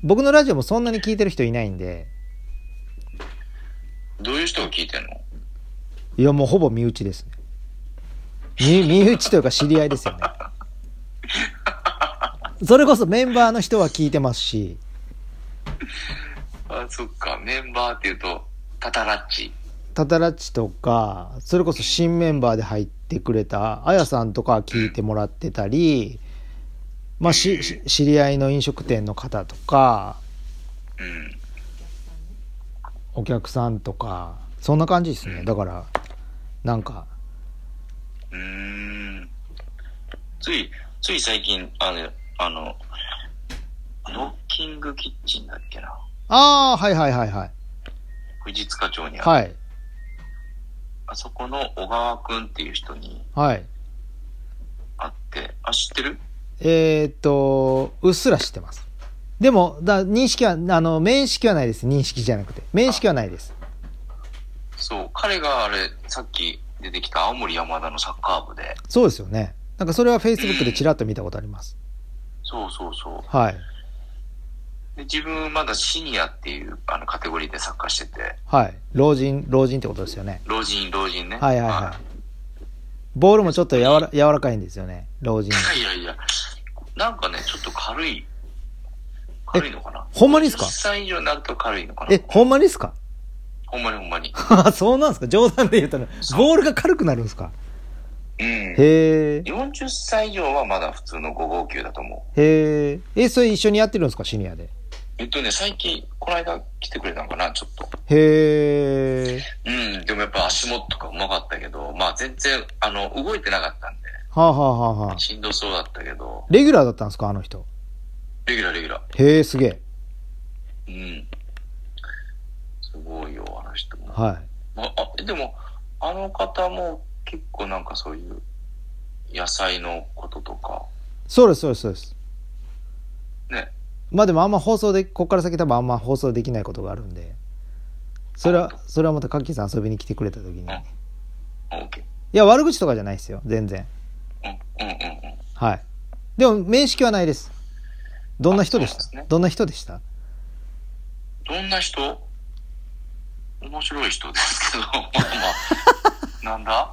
Speaker 1: 僕のラジオもそんなに聞いてる人いないんで
Speaker 2: どういう人が聞いてんの
Speaker 1: いやもうほぼ身内ですね身身内というか知り合いですよねそれこそメンバーの人は聞いてますし
Speaker 2: あ、そっか。メンバーっていうと、タタラッチ。
Speaker 1: タタラッチとかそれこそ新メンバーで入ってくれたあやさんとか聞いてもらってたり、まあ、しし知り合いの飲食店の方とか
Speaker 2: うん。
Speaker 1: お客さんとかそんな感じですねだからなんか
Speaker 2: うーん。つい、つい最近、あれ、あの、ノッキングキッチンだっけな。
Speaker 1: ああはいはいはいはい
Speaker 2: 藤塚町にある。
Speaker 1: はい
Speaker 2: あそこの小川くんっていう人に
Speaker 1: はい
Speaker 2: 会って、あ、知ってる
Speaker 1: えーっと、うっすら知ってます。でも、だ認識は、あの、面識はないです。認識じゃなくて。面識はないです。
Speaker 2: そう、彼があれ、さっき出てきた青森山田のサッカー部で、
Speaker 1: そうですよね。なんかそれは Facebook でちらっと見たことあります。
Speaker 2: そうそうそ
Speaker 1: はい。
Speaker 2: う。で、自分まだシニアっていうあのカテゴリーでサッカーしてて、
Speaker 1: はい。老人、老人ってことですよね。
Speaker 2: 老人、老人ね。
Speaker 1: はいはいはい。ボールもちょっと柔ら柔らかいんですよね。老人。
Speaker 2: い。いやいやいや、なんかね、ちょっと軽い、軽いのかな。
Speaker 1: ほんまにっすか
Speaker 2: ?10 歳以上になると軽いのかな。
Speaker 1: え、ほんまにですか
Speaker 2: ほんまにほんまに。
Speaker 1: そうなんですか冗談で言ったら、ボールが軽くなるんですか
Speaker 2: うん。
Speaker 1: へえ。
Speaker 2: 40歳以上はまだ普通の5号級だと思う。
Speaker 1: へえ。え、それ一緒にやってるんですかシニアで。
Speaker 2: えっとね、最近、この間来てくれたのかな、ちょっと。
Speaker 1: へえ。
Speaker 2: うん、でもやっぱ足元とかうまかったけど、まあ全然、あの、動いてなかったんで、
Speaker 1: はあ、はあはあはあ、
Speaker 2: しんどそうだったけど、
Speaker 1: レギュラーだったんですかあの人。
Speaker 2: レギュラーレギュラ
Speaker 1: へえ、すげえ。
Speaker 2: ー。うん。すごいよ、あの人も。
Speaker 1: はい。
Speaker 2: まあ、あでも、あの方も結構なんかそういう、野菜のこととか、
Speaker 1: そうです、そうです、そうです。
Speaker 2: ね。
Speaker 1: まあでもあんま放送で、ここから先多分あんま放送できないことがあるんで。それは、それはまたカッキーさん遊びに来てくれた時に。い
Speaker 2: んあオッケ
Speaker 1: や、悪口とかじゃないですよ、全然。
Speaker 2: ー。うん、うん、うん、うん。
Speaker 1: はい。でも、面識はないです。どんな人でし
Speaker 2: あそうな
Speaker 1: た
Speaker 2: んですね
Speaker 1: どんな人でした
Speaker 2: どんな人面白い人ですけど、ま あまあ、なんだ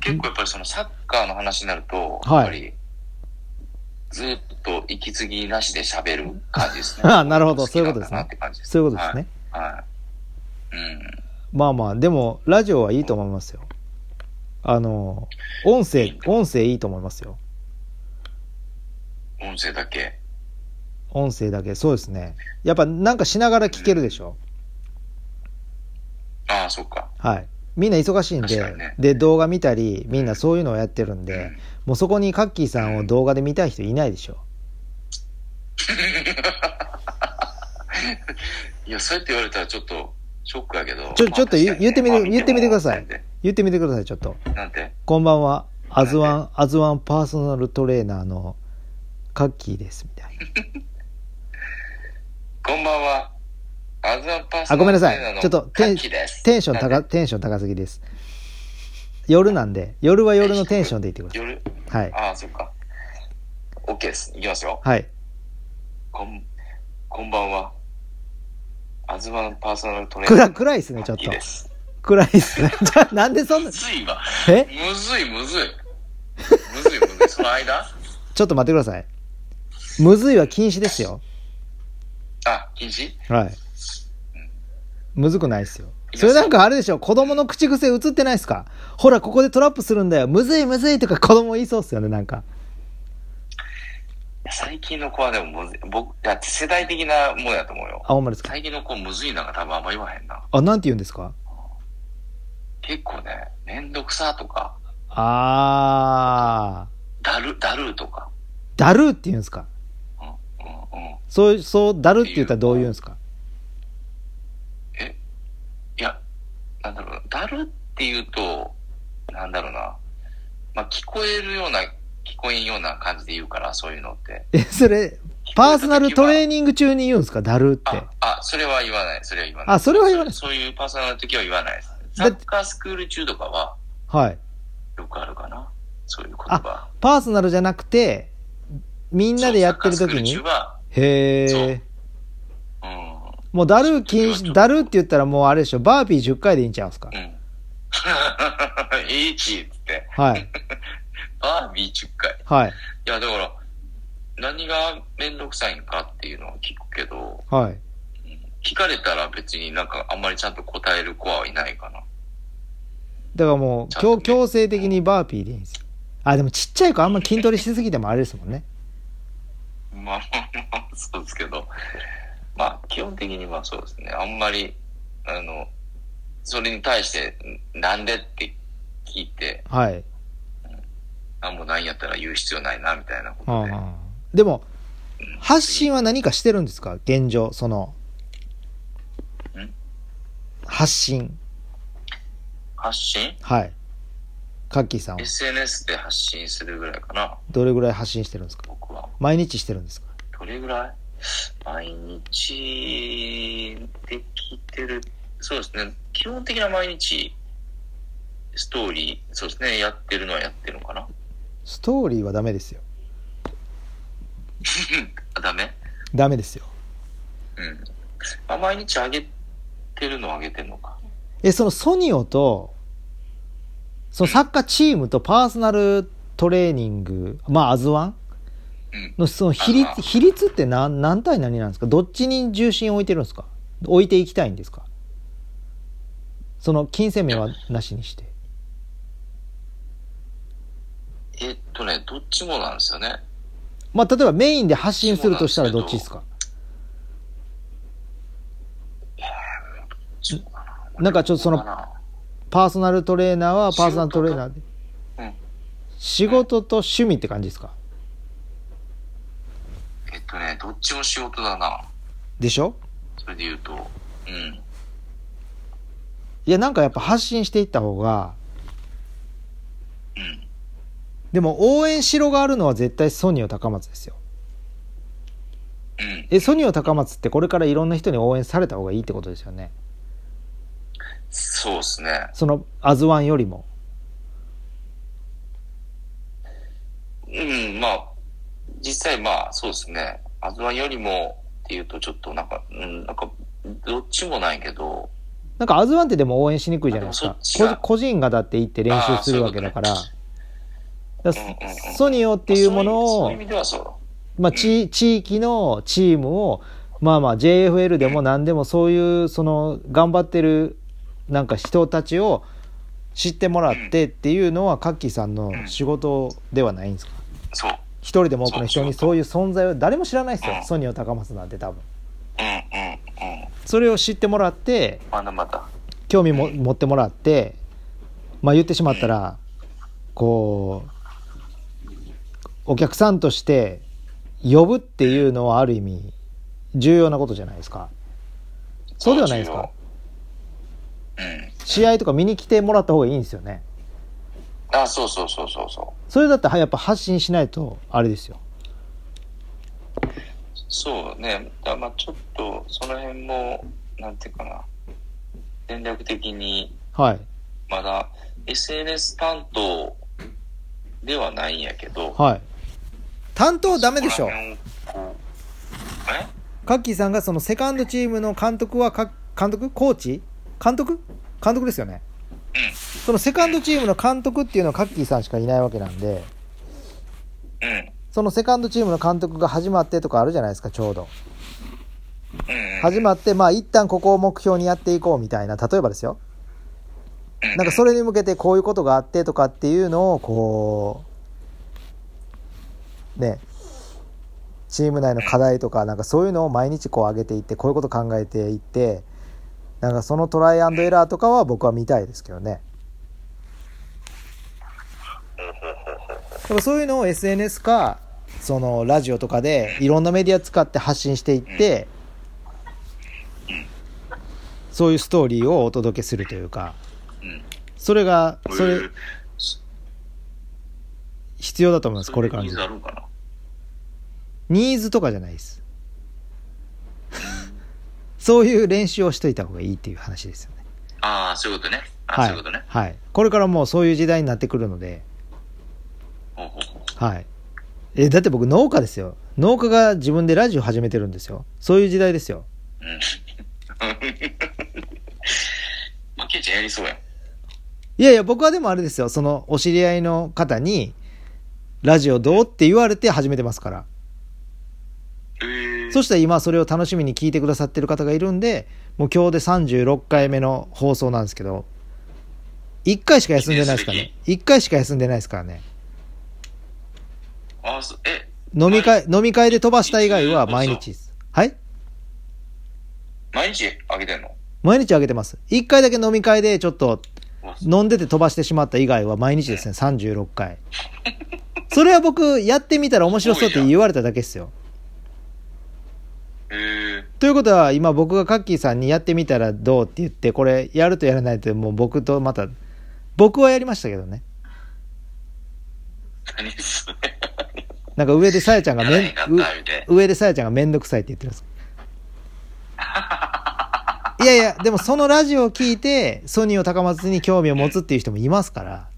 Speaker 2: 結構やっぱりそのサッカーの話になると、
Speaker 1: はい。
Speaker 2: やっぱり、ずっと息継ぎなしで喋る感じです ね
Speaker 1: あなるほど
Speaker 2: 好きな
Speaker 1: そ
Speaker 2: ん
Speaker 1: ういうことで
Speaker 2: だ
Speaker 1: すね
Speaker 2: なって感じ
Speaker 1: そういうことですね。。
Speaker 2: はい。はい、うん。
Speaker 1: まあまあ、でも、ラジオはいいと思いますよ。あの、音声、音声いいと思いますよ。
Speaker 2: 音声だけ。
Speaker 1: 音声だけ、そうですね。やっぱなんかしながら聞けるでしょ
Speaker 2: ああ、そっか。
Speaker 1: はい。みんな忙しいん
Speaker 2: 確か
Speaker 1: で、
Speaker 2: にね
Speaker 1: で、動画見たり、みんなそういうのをやってるんで、
Speaker 2: うん
Speaker 1: もうそこにカッキーさんを動画で見たい人いないでしょ。
Speaker 2: いや、そうやって言われたらちょっとショックやけど。
Speaker 1: ちょちょっと言う言ってみて言ってみてください
Speaker 2: なんて
Speaker 1: 言ってみてください、ちょっと。
Speaker 2: なんて
Speaker 1: こんばんは、アズワン、アズワンパーソナルトレーナーのカッキーです、みたいな。
Speaker 2: こんばんは。アズワンパーソナル
Speaker 1: あ、ごめんなさ
Speaker 2: トレーナー
Speaker 1: い。
Speaker 2: の
Speaker 1: ちょっとテン
Speaker 2: タッキーです
Speaker 1: テンション
Speaker 2: なん
Speaker 1: 高、
Speaker 2: で
Speaker 1: テンション高すぎです。夜なんで、夜は夜のテンションでいってくださ
Speaker 2: 夜、
Speaker 1: い。はい。
Speaker 2: ああ、そっか。OK です。いきますよ。
Speaker 1: はい。
Speaker 2: こん、こんばんは。あずまのパーソナルトレーナー
Speaker 1: 暗、。暗いっすね、ちょっ
Speaker 2: いい
Speaker 1: と
Speaker 2: で。す。
Speaker 1: 暗いっすね。 じゃあなんでそんな
Speaker 2: む、ずいわ。
Speaker 1: え
Speaker 2: むずい、むずい。むずい、むずい。その間
Speaker 1: ちょっと待ってください。むずいは禁止ですよ。
Speaker 2: あ、禁止
Speaker 1: はい。むずくないっすよ。それなんかあれでしょ、子供の口癖映ってないっすかほら、ここでトラップするんだよ。むずいむずいとか子供言いそうっすよね、なんか。
Speaker 2: 最近の子はでもむずい、僕、だって世代的なものやと思うよ。
Speaker 1: あ、ほんまですか
Speaker 2: 最近の子むずいなんか多分あんま言わへんな。
Speaker 1: あ、なんて言うんですか
Speaker 2: 結構ね、めんどくさとか、
Speaker 1: あ
Speaker 2: だる、だるとか。
Speaker 1: ー、だるって言うんですか
Speaker 2: うん、うん、うん。
Speaker 1: そう、そう、だるって言ったらどう言うんですか
Speaker 2: えいや、なんだろうな。だるって言うと、なんだろうな。まあ、聞こえるような、聞こえんような感じで言うから、そういうのって。
Speaker 1: え、それ、パーソナルトレーニング中に言うんですかだるって
Speaker 2: あ。、あ、それは言わない。それは言わない。
Speaker 1: あそれは言わない
Speaker 2: そういうパーソナルの時は言わないです。サ
Speaker 1: だって
Speaker 2: ッカースクール中とかは、
Speaker 1: はい。
Speaker 2: よくあるかな。そういう言葉。
Speaker 1: パーソナルじゃなくて、みんなでやってる
Speaker 2: そうサッカースク
Speaker 1: 時
Speaker 2: ール
Speaker 1: に
Speaker 2: 中。は、
Speaker 1: へ
Speaker 2: そ
Speaker 1: え
Speaker 2: う。うん。
Speaker 1: もうだる禁止、だるって言ったらもうあれでしょ、バービー10回でいいんちゃうんすか
Speaker 2: うん。 いいちって。
Speaker 1: はい。
Speaker 2: バービー10回。
Speaker 1: はい。
Speaker 2: いや、だから、何がめんどくさいんかっていうのは聞くけど、
Speaker 1: はい。
Speaker 2: 聞かれたら別になんかあんまりちゃんと答える子はいないかな。
Speaker 1: だからもう
Speaker 2: ちゃんと
Speaker 1: 強、
Speaker 2: ね
Speaker 1: 強制的にバーピーでいいんですよ。あ、でもちっちゃい子あんま筋トレしすぎてもあれですもんね。
Speaker 2: まあ、まあそうですけど、まあ、基本的にはそうですね。あんまり、あの、それに対して、なんでって聞いて、
Speaker 1: はい。
Speaker 2: あ、もうなんやったら言う必要ないな、みたいなこ
Speaker 1: うんう
Speaker 2: とで。
Speaker 1: んでも、発信は何かしてるんですか現状、その
Speaker 2: ん。
Speaker 1: 発信。
Speaker 2: 発信
Speaker 1: はい。カッキーさんは
Speaker 2: ?SNS で発信するぐらいかな、
Speaker 1: どれぐらい発信してるんですか
Speaker 2: 僕は。
Speaker 1: 毎日してるんですか
Speaker 2: どれぐらい毎日できてる。そうですね。基本的な毎日、ストーリー、そうですね。やってるのはやってるのかな。
Speaker 1: ストーリーはダメですよ。
Speaker 2: あダメ
Speaker 1: ダメですよ。
Speaker 2: うん。あ、毎日上げてるのは上げてるのか。
Speaker 1: え、そのソニオと、そのサッカーチームとパーソナルトレーニング、まあ、アズワン
Speaker 2: うん。
Speaker 1: のその比率
Speaker 2: あの
Speaker 1: 比率って何何対何なんですかどっちに重心を置いてるんですか置いていきたいんですかその金銭面はなしにして
Speaker 2: えっとね、どっちもなんですよね。
Speaker 1: まあ例えばメインで発信するとしたらどっちですか
Speaker 2: どっちもかな
Speaker 1: なんかちょっとその
Speaker 2: どうかな
Speaker 1: パーソナルトレーナーはパーソナルトレーナーで
Speaker 2: うん
Speaker 1: 仕事と趣味って感じですか
Speaker 2: えっとね、どっちも仕事だな。
Speaker 1: でしょ
Speaker 2: それで言うと。うん。
Speaker 1: いやなんかやっぱ発信していった方が
Speaker 2: うん。
Speaker 1: でも応援しろがあるのは絶対ソニオ高松ですよ
Speaker 2: うん。
Speaker 1: えソニオ高松ってこれからいろんな人に応援された方がいいってことですよね
Speaker 2: そうですね。
Speaker 1: そのアズワンよりも
Speaker 2: うん、まあ、実際まあ、そうですね。アズワンよりもっていうと、ちょっとなんか、うん、なんか、どっちもないけど、
Speaker 1: なんかアズワンってでも応援しにくいじゃないです
Speaker 2: あで
Speaker 1: か
Speaker 2: もそっちが
Speaker 1: こ個人がだって行って練習するわけだから
Speaker 2: あーそう
Speaker 1: だ
Speaker 2: とね
Speaker 1: から
Speaker 2: うんうんうん
Speaker 1: ソニオっていうもの
Speaker 2: まあそういうそういう
Speaker 1: を
Speaker 2: 意、味ではそ
Speaker 1: まあ、ち地域のチームをまあまあ JFL でも何でもそういうその頑張ってるなんか人たちを知ってもらってっていうのはカッキーさんの仕事ではないんですか
Speaker 2: う。そう。
Speaker 1: 一人でも多くの人にそういう存在を誰も知らないですよ
Speaker 2: うん
Speaker 1: ソニオ高松なんて多分
Speaker 2: うんうんうん。
Speaker 1: それを知ってもらって
Speaker 2: まだまだ。
Speaker 1: 興味も持ってもらってまあ言ってしまったらこうお客さんとして呼ぶっていうのはある意味重要なことじゃないですかそうではないですか
Speaker 2: うん。
Speaker 1: 試合とか見に来てもらった方がいいんですよね
Speaker 2: あ、そうそうそうそうそう。
Speaker 1: それだったらやっぱ発信しないとあれですよ
Speaker 2: そうね。だまあちょっと、その辺も、なんていうかな。戦略的に、
Speaker 1: はい
Speaker 2: まだ、 SNS 担当ではないんやけど、
Speaker 1: はい。担当ダメでしょ
Speaker 2: ここら。辺をこうえ
Speaker 1: カッキーさんがそのセカンドチームの監督はか監督コーチ監督監督ですよね。
Speaker 2: うん
Speaker 1: そのセカンドチームの監督っていうのはカッキーさんしかいないわけなんで、
Speaker 2: うん、
Speaker 1: そのセカンドチームの監督が始まってとかあるじゃないですか、ちょうど。
Speaker 2: うん。
Speaker 1: 始まって、まあ一旦ここを目標にやっていこうみたいな、例えばですよ。なんかそれに向けてこういうことがあってとかっていうのを、こう、ね、チーム内の課題とか、なんかそういうのを毎日こう上げていって、こういうこと考えていって、なんかそのトライアンドエラーとかは僕は見たいですけどね。でもそういうのを SNS か、そのラジオとかでいろんなメディア使って発信していって、そういうストーリーをお届けするというか、
Speaker 2: うん。
Speaker 1: それが、
Speaker 2: うん。
Speaker 1: それ
Speaker 2: えー、
Speaker 1: 必要だと思います、これから
Speaker 2: ニーズあ
Speaker 1: の。
Speaker 2: るんかな
Speaker 1: ニーズとかじゃないです。 そういう練習をしといた方がいいっていう話ですよね。
Speaker 2: ああ、そういうことね。あ
Speaker 1: は
Speaker 2: そういうことね。
Speaker 1: はい。これからもうそういう時代になってくるので、
Speaker 2: ほうほうほう
Speaker 1: はい。え、だって僕農家ですよ。農家が自分でラジオ始めてるんですよ。そういう時代ですよ。
Speaker 2: うん。 まあ、ケイちゃんやりそうやん。
Speaker 1: いやいや、僕はでもあれですよ。その、お知り合いの方に、ラジオどうって言われて始めてますから。
Speaker 2: ええ
Speaker 1: そしたら今それを楽しみに聞いてくださってる方がいるんで、もう今日で36回目の放送なんですけど、1回しか休んでないですからね。1回しか休んでないですからね。
Speaker 2: ああ、そう、え、
Speaker 1: 飲み会、飲み会で飛ばした以外は毎日です。はい
Speaker 2: 毎日あげてんの
Speaker 1: 毎日あげてます。1回だけ飲み会でちょっと
Speaker 2: うわ
Speaker 1: 飲んでて飛ばしてしまった以外は毎日ですね、36回。それは僕、やってみたら面白そうって言われただけですよ。
Speaker 2: ええ
Speaker 1: ということは、今僕がカッキーさんにやってみたらどうって言って、これやるとやらないともう僕とまた、僕はやりましたけどね。
Speaker 2: 何それ。
Speaker 1: なんか上でさやちゃんが
Speaker 2: やらへ
Speaker 1: め
Speaker 2: んかった
Speaker 1: ん、う
Speaker 2: みたい
Speaker 1: 上でさやちゃんがめんどくさいって言ってるんです。いやいや、でもそのラジオを聞いて、ソニーを高松に興味を持つっていう人もいますから。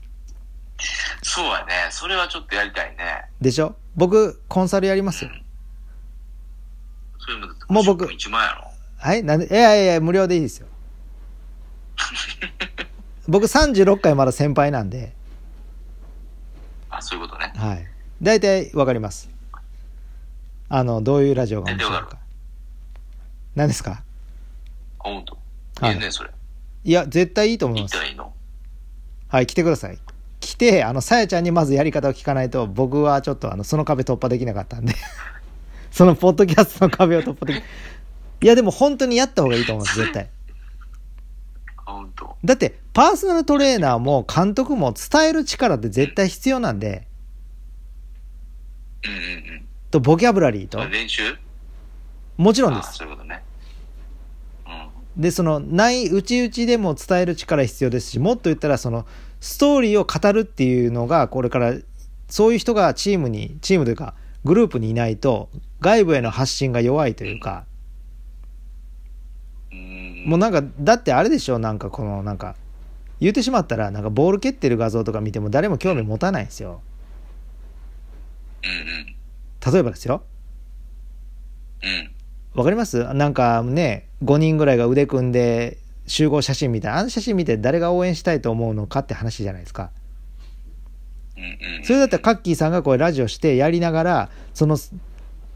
Speaker 2: そうやね。それはちょっとやりたいね。
Speaker 1: でしょ僕、コンサルやりますよ。
Speaker 2: それも、
Speaker 1: もう僕
Speaker 2: 1万やろ。
Speaker 1: はいなんで、いやいやいや、無料でいいですよ。僕36回まだ先輩なんで、
Speaker 2: あ、そういうことね。
Speaker 1: はい。大体わかります。あの、どういうラジオが面白い
Speaker 2: 大体わ
Speaker 1: か
Speaker 2: か。
Speaker 1: 何ですか
Speaker 2: あ、ほんと。
Speaker 1: はい
Speaker 2: いいね、それ。
Speaker 1: いや、絶対いいと思い
Speaker 2: 行
Speaker 1: ま
Speaker 2: っ
Speaker 1: す
Speaker 2: た。らいいの。
Speaker 1: はい、来てください。来て、あの、さやちゃんにまずやり方を聞かないと、僕はちょっと、あの、その壁突破できなかったん で、そのポッドキャストの壁を突破でき、いや、でも本当にやった方がいいと思います、絶対。
Speaker 2: あ、ほんと。
Speaker 1: だって、パーソナルトレーナーも監督も伝える力って絶対必要なんで、
Speaker 2: うんうん
Speaker 1: と、ボキャブラリーと
Speaker 2: う、ん。練習
Speaker 1: もちろんで
Speaker 2: あ、
Speaker 1: す。
Speaker 2: そういうことね。うん。
Speaker 1: で、その、ない、内々でも伝える力必要ですし、もっと言ったら、その、ストーリーを語るっていうのが、これから、そういう人がチームに、チームというか、グループにいないと、外部への発信が弱いというか、
Speaker 2: うーん
Speaker 1: もうなんか、だってあれでしょ、なんかこの、なんか、言ってしまったら、なんかボール蹴ってる画像とか見ても誰も興味持たないんですよ。
Speaker 2: うんうん
Speaker 1: 例えばですよ。
Speaker 2: うん
Speaker 1: わかりますなんかね、5人ぐらいが腕組んで集合写真みたいな、あの写真見て誰が応援したいと思うのかって話じゃないですか。
Speaker 2: うんうん
Speaker 1: それだったらカッキーさんがこれラジオしてやりながら、その、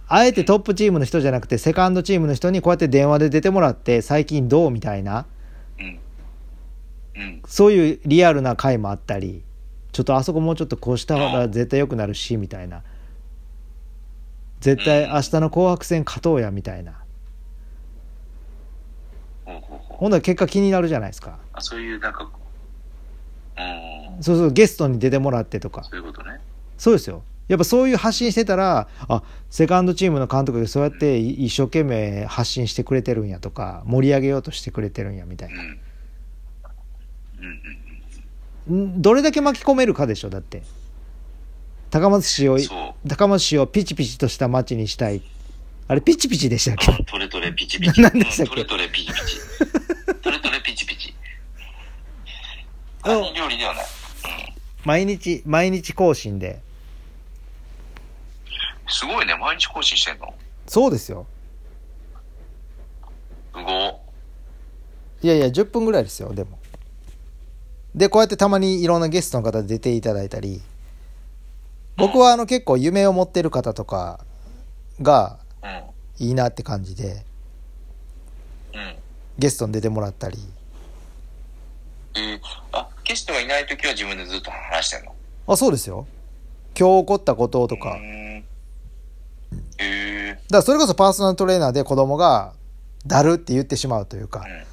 Speaker 1: あえてトップチームの人じゃなくて、セカンドチームの人にこうやって電話で出てもらって、最近どうみたいな、
Speaker 2: うんうん
Speaker 1: そういうリアルな回もあったり、ちょっとあそこもうちょっとこうした方が絶対良くなるし、みたいな。絶対明日の紅白戦勝とうや、みたいな。
Speaker 2: ほうほうほう
Speaker 1: ほんなら結果気になるじゃないですか。
Speaker 2: あそういうなんかこううん
Speaker 1: そうそう、ゲストに出てもらってとか。
Speaker 2: そういうことね
Speaker 1: そうですよ。やっぱそういう発信してたら、あ、セカンドチームの監督でそうやってい一生懸命発信してくれてるんやとか、盛り上げようとしてくれてるんやみたい
Speaker 2: うん
Speaker 1: な。
Speaker 2: うんうん
Speaker 1: んどれだけ巻き込めるかでしょ、だって。高松市を
Speaker 2: うん、そ
Speaker 1: 高松市をピチピチとした街にしたい。あれ、ピチピチでしたっけ
Speaker 2: うトレトレピチピチ
Speaker 1: 何でしたっけ
Speaker 2: うんトレトレピチピチトレトレピチピチカニ料理ではない。うん。
Speaker 1: 毎日、毎日更新で。
Speaker 2: すごいね、毎日更新してんの。
Speaker 1: そうですよ。
Speaker 2: すご。
Speaker 1: いやいや、10分ぐらいですよ、でも。で、こうやってたまにいろんなゲストの方出ていただいたり、僕はあの結構夢を持ってる方とかが
Speaker 2: うん。
Speaker 1: いいなって感じで、
Speaker 2: うん。
Speaker 1: ゲストに出てもらったり。
Speaker 2: えー、あ、ゲストがいないときは自分でずっと話してんの
Speaker 1: あ、そうですよ。今日起こったこととか。
Speaker 2: うーん。え
Speaker 1: だからそれこそパーソナルトレーナーで子供が「だる」って言ってしまうというか
Speaker 2: ー、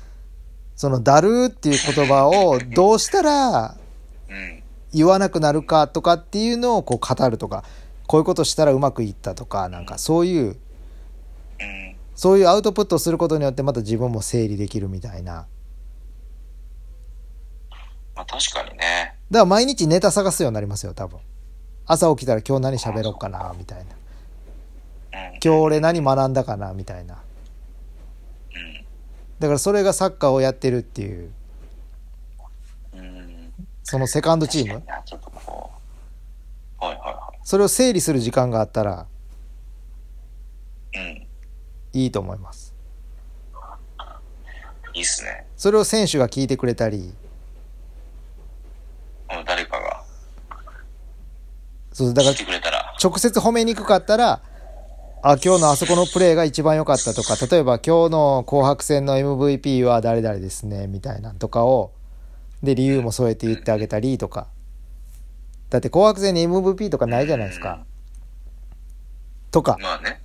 Speaker 1: その「だる」っていう言葉をどうしたら
Speaker 2: うん。うん。
Speaker 1: 言わなくなるかとかっていうのをこう語るとかこういうことしたらうまくいったとかなんかそういう
Speaker 2: うん。
Speaker 1: そういうアウトプットをすることによってまた自分も整理できるみたいな
Speaker 2: まあ確かにね。
Speaker 1: だから毎日ネタ探すようになりますよ多分朝起きたら今日何喋ろうかなみたいな
Speaker 2: うん。
Speaker 1: 今日俺何学んだかなみたいなだからそれがサッカーをやってるっていう
Speaker 2: うん。うん。
Speaker 1: そのセカンドチー
Speaker 2: 確か
Speaker 1: ム
Speaker 2: にな、ちょっとこう。はいは
Speaker 1: それを整理する時間があったら
Speaker 2: いはい。うん。
Speaker 1: いいと思います
Speaker 2: いいっすね。
Speaker 1: それを選手が聞いてくれたり
Speaker 2: うん誰かが
Speaker 1: そうだか
Speaker 2: 来
Speaker 1: ら
Speaker 2: てくれたら。
Speaker 1: 直接褒めにくかったらあ今日のあそこのプレーが一番良かったとか例えば今日の紅白戦の MVP は誰々ですねみたいなんとかをで理由も添えて言ってあげたりとかだって紅白戦に MVP とかないじゃないですかとか
Speaker 2: まあね。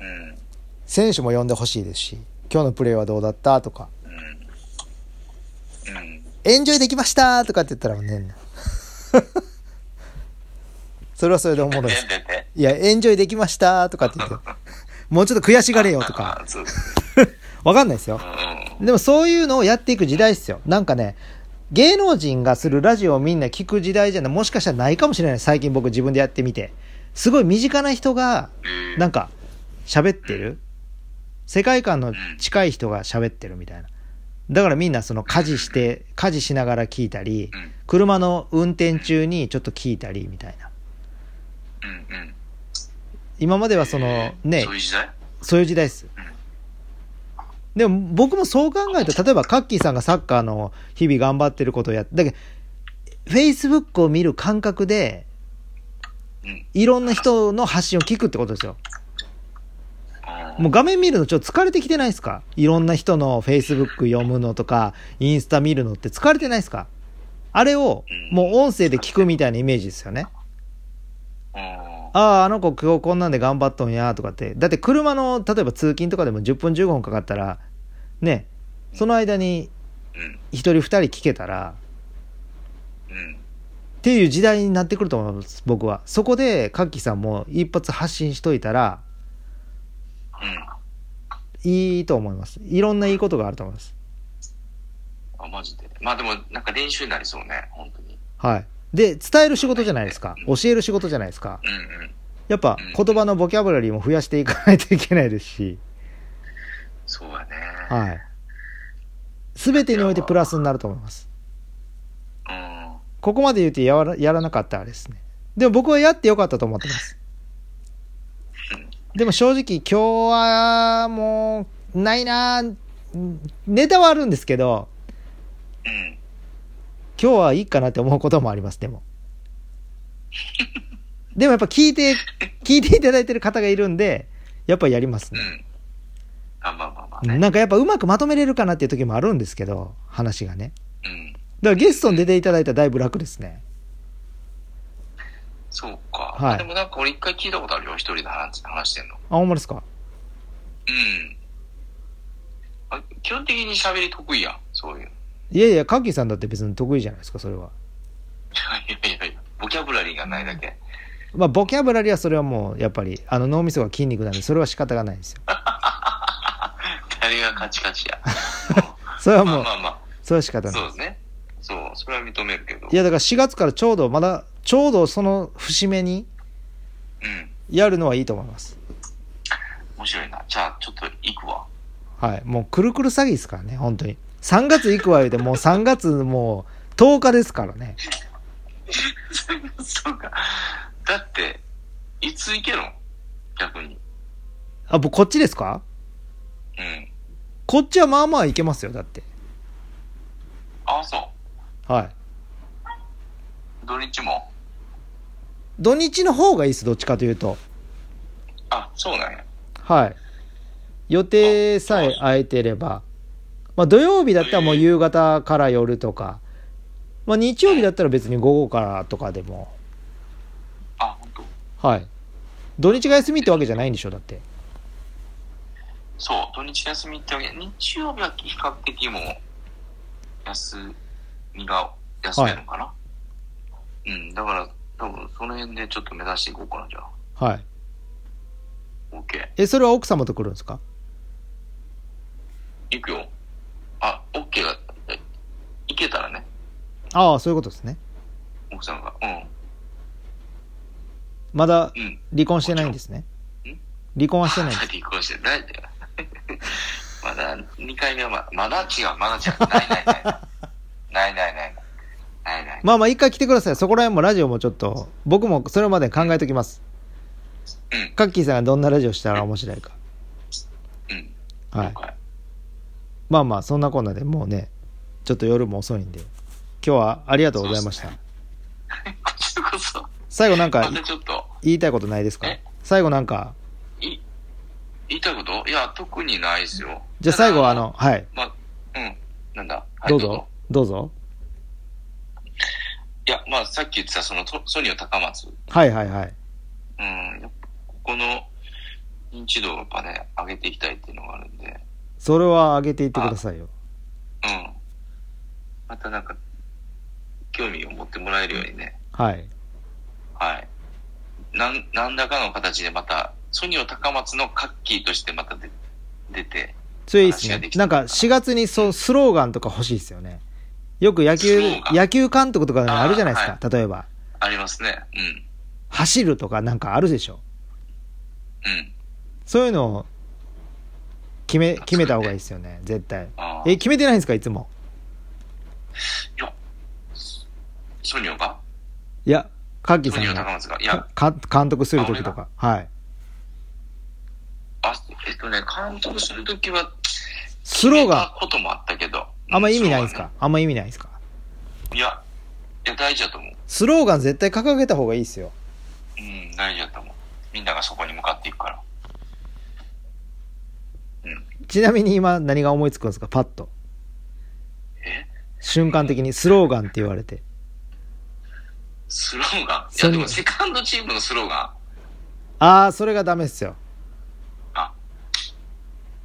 Speaker 2: うん。
Speaker 1: 選手も呼んでほしいですし今日のプレーはどうだったとか
Speaker 2: うん。うん。
Speaker 1: エンジョイできましたとかって言ったらねんな それはそれでおもろいです
Speaker 2: 出てて。
Speaker 1: いや、エンジョイできましたとかって言って、もうちょっと悔しがれよとか、
Speaker 2: あそう。
Speaker 1: わかんないですよ
Speaker 2: う。ん。
Speaker 1: でもそういうのをやっていく時代ですよ。なんかね、芸能人がするラジオをみんな聞く時代じゃない、もしかしたらないかもしれない。最近僕自分でやってみて。すごい身近な人が、
Speaker 2: うん
Speaker 1: なんか、喋ってる。世界観の近い人が喋ってるみたいな。だからみんなその家事して、家事しながら聞いたり、
Speaker 2: うん。
Speaker 1: 車の運転中にちょっと聞いたりみたいな。
Speaker 2: うん。うん。
Speaker 1: 今まではその、ね、
Speaker 2: そういう時代
Speaker 1: そういう時代です。でも僕もそう考えたら、例えばカッキーさんがサッカーの日々頑張ってることをやって、だけど、Facebook を見る感覚で、
Speaker 2: うん。
Speaker 1: いろんな人の発信を聞くってことですよ。もう画面見るのちょっと疲れてきてないですかいろんな人の Facebook 読むのとか、インスタ見るのって疲れてないですかあれをもう音声で聞くみたいなイメージですよね。
Speaker 2: うん。
Speaker 1: ああ、あの子今日こんなんで頑張っとんやとかって。だって車の、例えば通勤とかでも10分15分かかったら、ね、その間に
Speaker 2: うん。
Speaker 1: 一人二人聞けたら、
Speaker 2: うん。
Speaker 1: っていう時代になってくると思います、僕は。そこで、カッキーさんも一発発信しといたら、
Speaker 2: うん。
Speaker 1: いいと思います。いろんないいことがあると思います。
Speaker 2: あ、マジで。まあでも、なんか練習になりそうね、本当に。
Speaker 1: はい。で、伝える仕事じゃないですか。
Speaker 2: う
Speaker 1: 教える仕事じゃないですか。
Speaker 2: うんうん。
Speaker 1: やっぱ
Speaker 2: うん
Speaker 1: 言葉のボキャブラリーも増やしていかないといけないですし、
Speaker 2: そうやね。
Speaker 1: はい。すべてにおいてプラスになると思います。
Speaker 2: うん。
Speaker 1: ここまで言うてやらやらなかったらですね。でも僕はやってよかったと思ってます。でも正直今日はもうないなぁうんネタはあるんですけど、
Speaker 2: うん。
Speaker 1: 今日はいいかなって思うこともあります、でも。でもやっぱ聞いて、聞いていただいてる方がいるんで、やっぱやります
Speaker 2: う
Speaker 1: ね。
Speaker 2: ん。あ、まあまあまあね。
Speaker 1: なんかやっぱうまくまとめれるかなっていう時もあるんですけど、話がね。
Speaker 2: うん。
Speaker 1: だからゲストに出ていただいたらだいぶ楽ですね。
Speaker 2: そうか。
Speaker 1: はい
Speaker 2: あでもなんか俺一回聞いたことあるよ、一人で話話してんの。
Speaker 1: あ、ほんまですか
Speaker 2: うん。あ基本的に喋り得意やん、そういう。い
Speaker 1: いやいや、カッキーさんだって別に得意じゃないですか、それは。
Speaker 2: やいやいや、ボキャブラリーがないだけ。
Speaker 1: まあ、ボキャブラリーはそれはもうやっぱりあの脳みそが筋肉なんでそれは仕方がないですよ
Speaker 2: 誰がカチカチや。
Speaker 1: それは
Speaker 2: まあ
Speaker 1: もう
Speaker 2: まあま
Speaker 1: それは仕方
Speaker 2: あ、
Speaker 1: ない
Speaker 2: そ
Speaker 1: で
Speaker 2: う
Speaker 1: す
Speaker 2: ね。そう、それは認めるけど。
Speaker 1: いやだから4月からちょうどまだちょうどその節目に
Speaker 2: うん。
Speaker 1: やるのはいいと思います
Speaker 2: 面白いな。じゃあ、ちょっと行くわ。
Speaker 1: はいもうくるくる詐欺ですからね本当に3月行くわ言うて、もう3月もう10日ですからね。
Speaker 2: そうか。だって、いつ行けるの逆に。
Speaker 1: あ、僕こっちですか
Speaker 2: うん。
Speaker 1: こっちはまあまあ行けますよ、だって。
Speaker 2: あ、そ
Speaker 1: はい。
Speaker 2: う。土日も
Speaker 1: 土日の方がいいです、どっちかというと。
Speaker 2: あ、そうなんや。
Speaker 1: はい。予定さえ空いてれば。まあ土曜日だったらもう夕方から夜とか。まあ日曜日だったら別に午後からとかでも。
Speaker 2: あ、本当。
Speaker 1: はい。土日が休みってわけじゃないんでしょ、だって。
Speaker 2: そう、土日休みってわけ。日曜日は比較的もう、休みが休めるのかな、うん、だから、多分その辺でちょっと目指していこうかな、じゃあ。
Speaker 1: はい。
Speaker 2: OK。
Speaker 1: え、それは奥様と来るんですか
Speaker 2: 行くよ。あ、OK が、え行けたらね、
Speaker 1: ああ、そういうことですね。
Speaker 2: 奥さんが。うん。
Speaker 1: まだ
Speaker 2: うん。
Speaker 1: 離婚してないんですね
Speaker 2: ん。
Speaker 1: 離婚はしてないんです。
Speaker 2: 離婚してないんだよ。まだ2回目はままだ違う、まだ違う。ないないない。ないないない。ないない。
Speaker 1: まあまあ一回来てください。そこら辺もラジオもちょっと、僕もそれまで考えときます。
Speaker 2: うん
Speaker 1: カッキーさんがどんなラジオしたら面白いか。
Speaker 2: うん。
Speaker 1: はい
Speaker 2: 了。解
Speaker 1: まあまあそんなこんなでもうね、ちょっと夜も遅いんで。今日はありがとうございました。
Speaker 2: こちらこそ、
Speaker 1: 最後なんか
Speaker 2: またちょっと。
Speaker 1: 言いたいことないですか
Speaker 2: え
Speaker 1: 最後なんか、
Speaker 2: い、言いたいこといや、特にないですよ。
Speaker 1: じゃあ最後あの、はい。
Speaker 2: ただ。ま、うん。なんだ。はい
Speaker 1: どうぞ。。どうぞ。
Speaker 2: いや、まあ、さっき言ってた、その、ソソニーの高松。
Speaker 1: はいはいはい。
Speaker 2: うん。やっぱここの認知度をやっぱね、上げていきたいっていうのがあるんで。
Speaker 1: それは上げていってくださいよ。
Speaker 2: うん。またなんか、興味を持ってもらえるようにね。
Speaker 1: はい。
Speaker 2: はい。なん、何らかの形でまた、ソニーの高松のカッキーとしてまた出出て、
Speaker 1: それいいです
Speaker 2: 話が
Speaker 1: ね
Speaker 2: でき。た
Speaker 1: なんか4月にそうスローガンとか欲しいですよね。よく野球
Speaker 2: スローガ、ン
Speaker 1: 野球監督とかにあるじゃないですか
Speaker 2: あ。
Speaker 1: 例えば、
Speaker 2: ありますね。うん。
Speaker 1: 走るとかなんかあるでしょ。
Speaker 2: うん。
Speaker 1: そういうのを決め、決めた方がいいですよね。絶対。
Speaker 2: あー
Speaker 1: え、決めてないんですかいつも。
Speaker 2: ソニーが
Speaker 1: いや、カッキー
Speaker 2: ソ
Speaker 1: さ
Speaker 2: ニー
Speaker 1: ん
Speaker 2: の高
Speaker 1: が
Speaker 2: 松が。いや
Speaker 1: か、か監督するときとか。はい。
Speaker 2: あ、えっとね、監督するときは、
Speaker 1: スローガン、
Speaker 2: 決めたこともあったけど。
Speaker 1: あんま意味ないんです
Speaker 2: うん
Speaker 1: かあんま意味ないんですか
Speaker 2: そうだねいや、いや、大事だと思う。
Speaker 1: スローガン絶対掲げた方がいいですよ。
Speaker 2: うん、大事だと思う。みんながそこに向かっていくから。
Speaker 1: ちなみに今何が思いつくんですかパッと。
Speaker 2: え
Speaker 1: 瞬間的にスローガンって言われて。
Speaker 2: スローガンい
Speaker 1: ソ
Speaker 2: や、
Speaker 1: ニー
Speaker 2: でもセカンドチームのスローガ
Speaker 1: あー、それがダメっすよ。
Speaker 2: ン。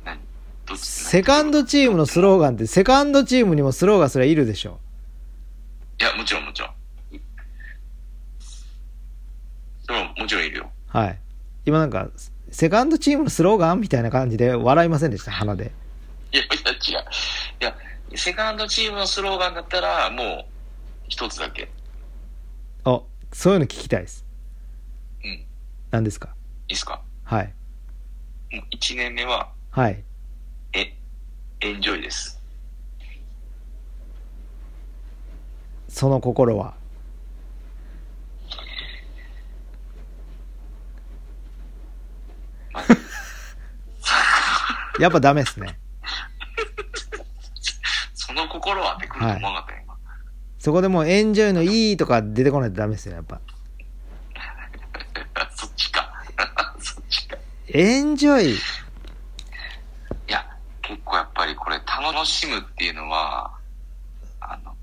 Speaker 2: 何どっち
Speaker 1: セカンドチームのスローガンって、セカンドチームにもスローガンすらいるでしょ。
Speaker 2: いや、もちろんもちろん。それはもちろんいるよ。
Speaker 1: はい。今なんか、セカンドチームのスローガンみたいな感じで笑いませんでした、鼻で。
Speaker 2: いや、いや、違う。いや、セカンドチームのスローガンだったら、もう、一つだけ。
Speaker 1: あ、そういうの聞きたいです。
Speaker 2: うん。
Speaker 1: 何ですか
Speaker 2: いいっすか
Speaker 1: はい。
Speaker 2: もう一年目は、
Speaker 1: はい。
Speaker 2: え、エンジョイです。
Speaker 1: その心 は。やっぱダメっすね。
Speaker 2: その心はってくると思わなかったよ、今。
Speaker 1: そこでもうエンジョイのいいとか出てこないとダメっすよ、やっぱ。
Speaker 2: そっちか。そっちか。
Speaker 1: エンジョイ。
Speaker 2: いや、結構やっぱりこれ楽しむっていうのは、あの、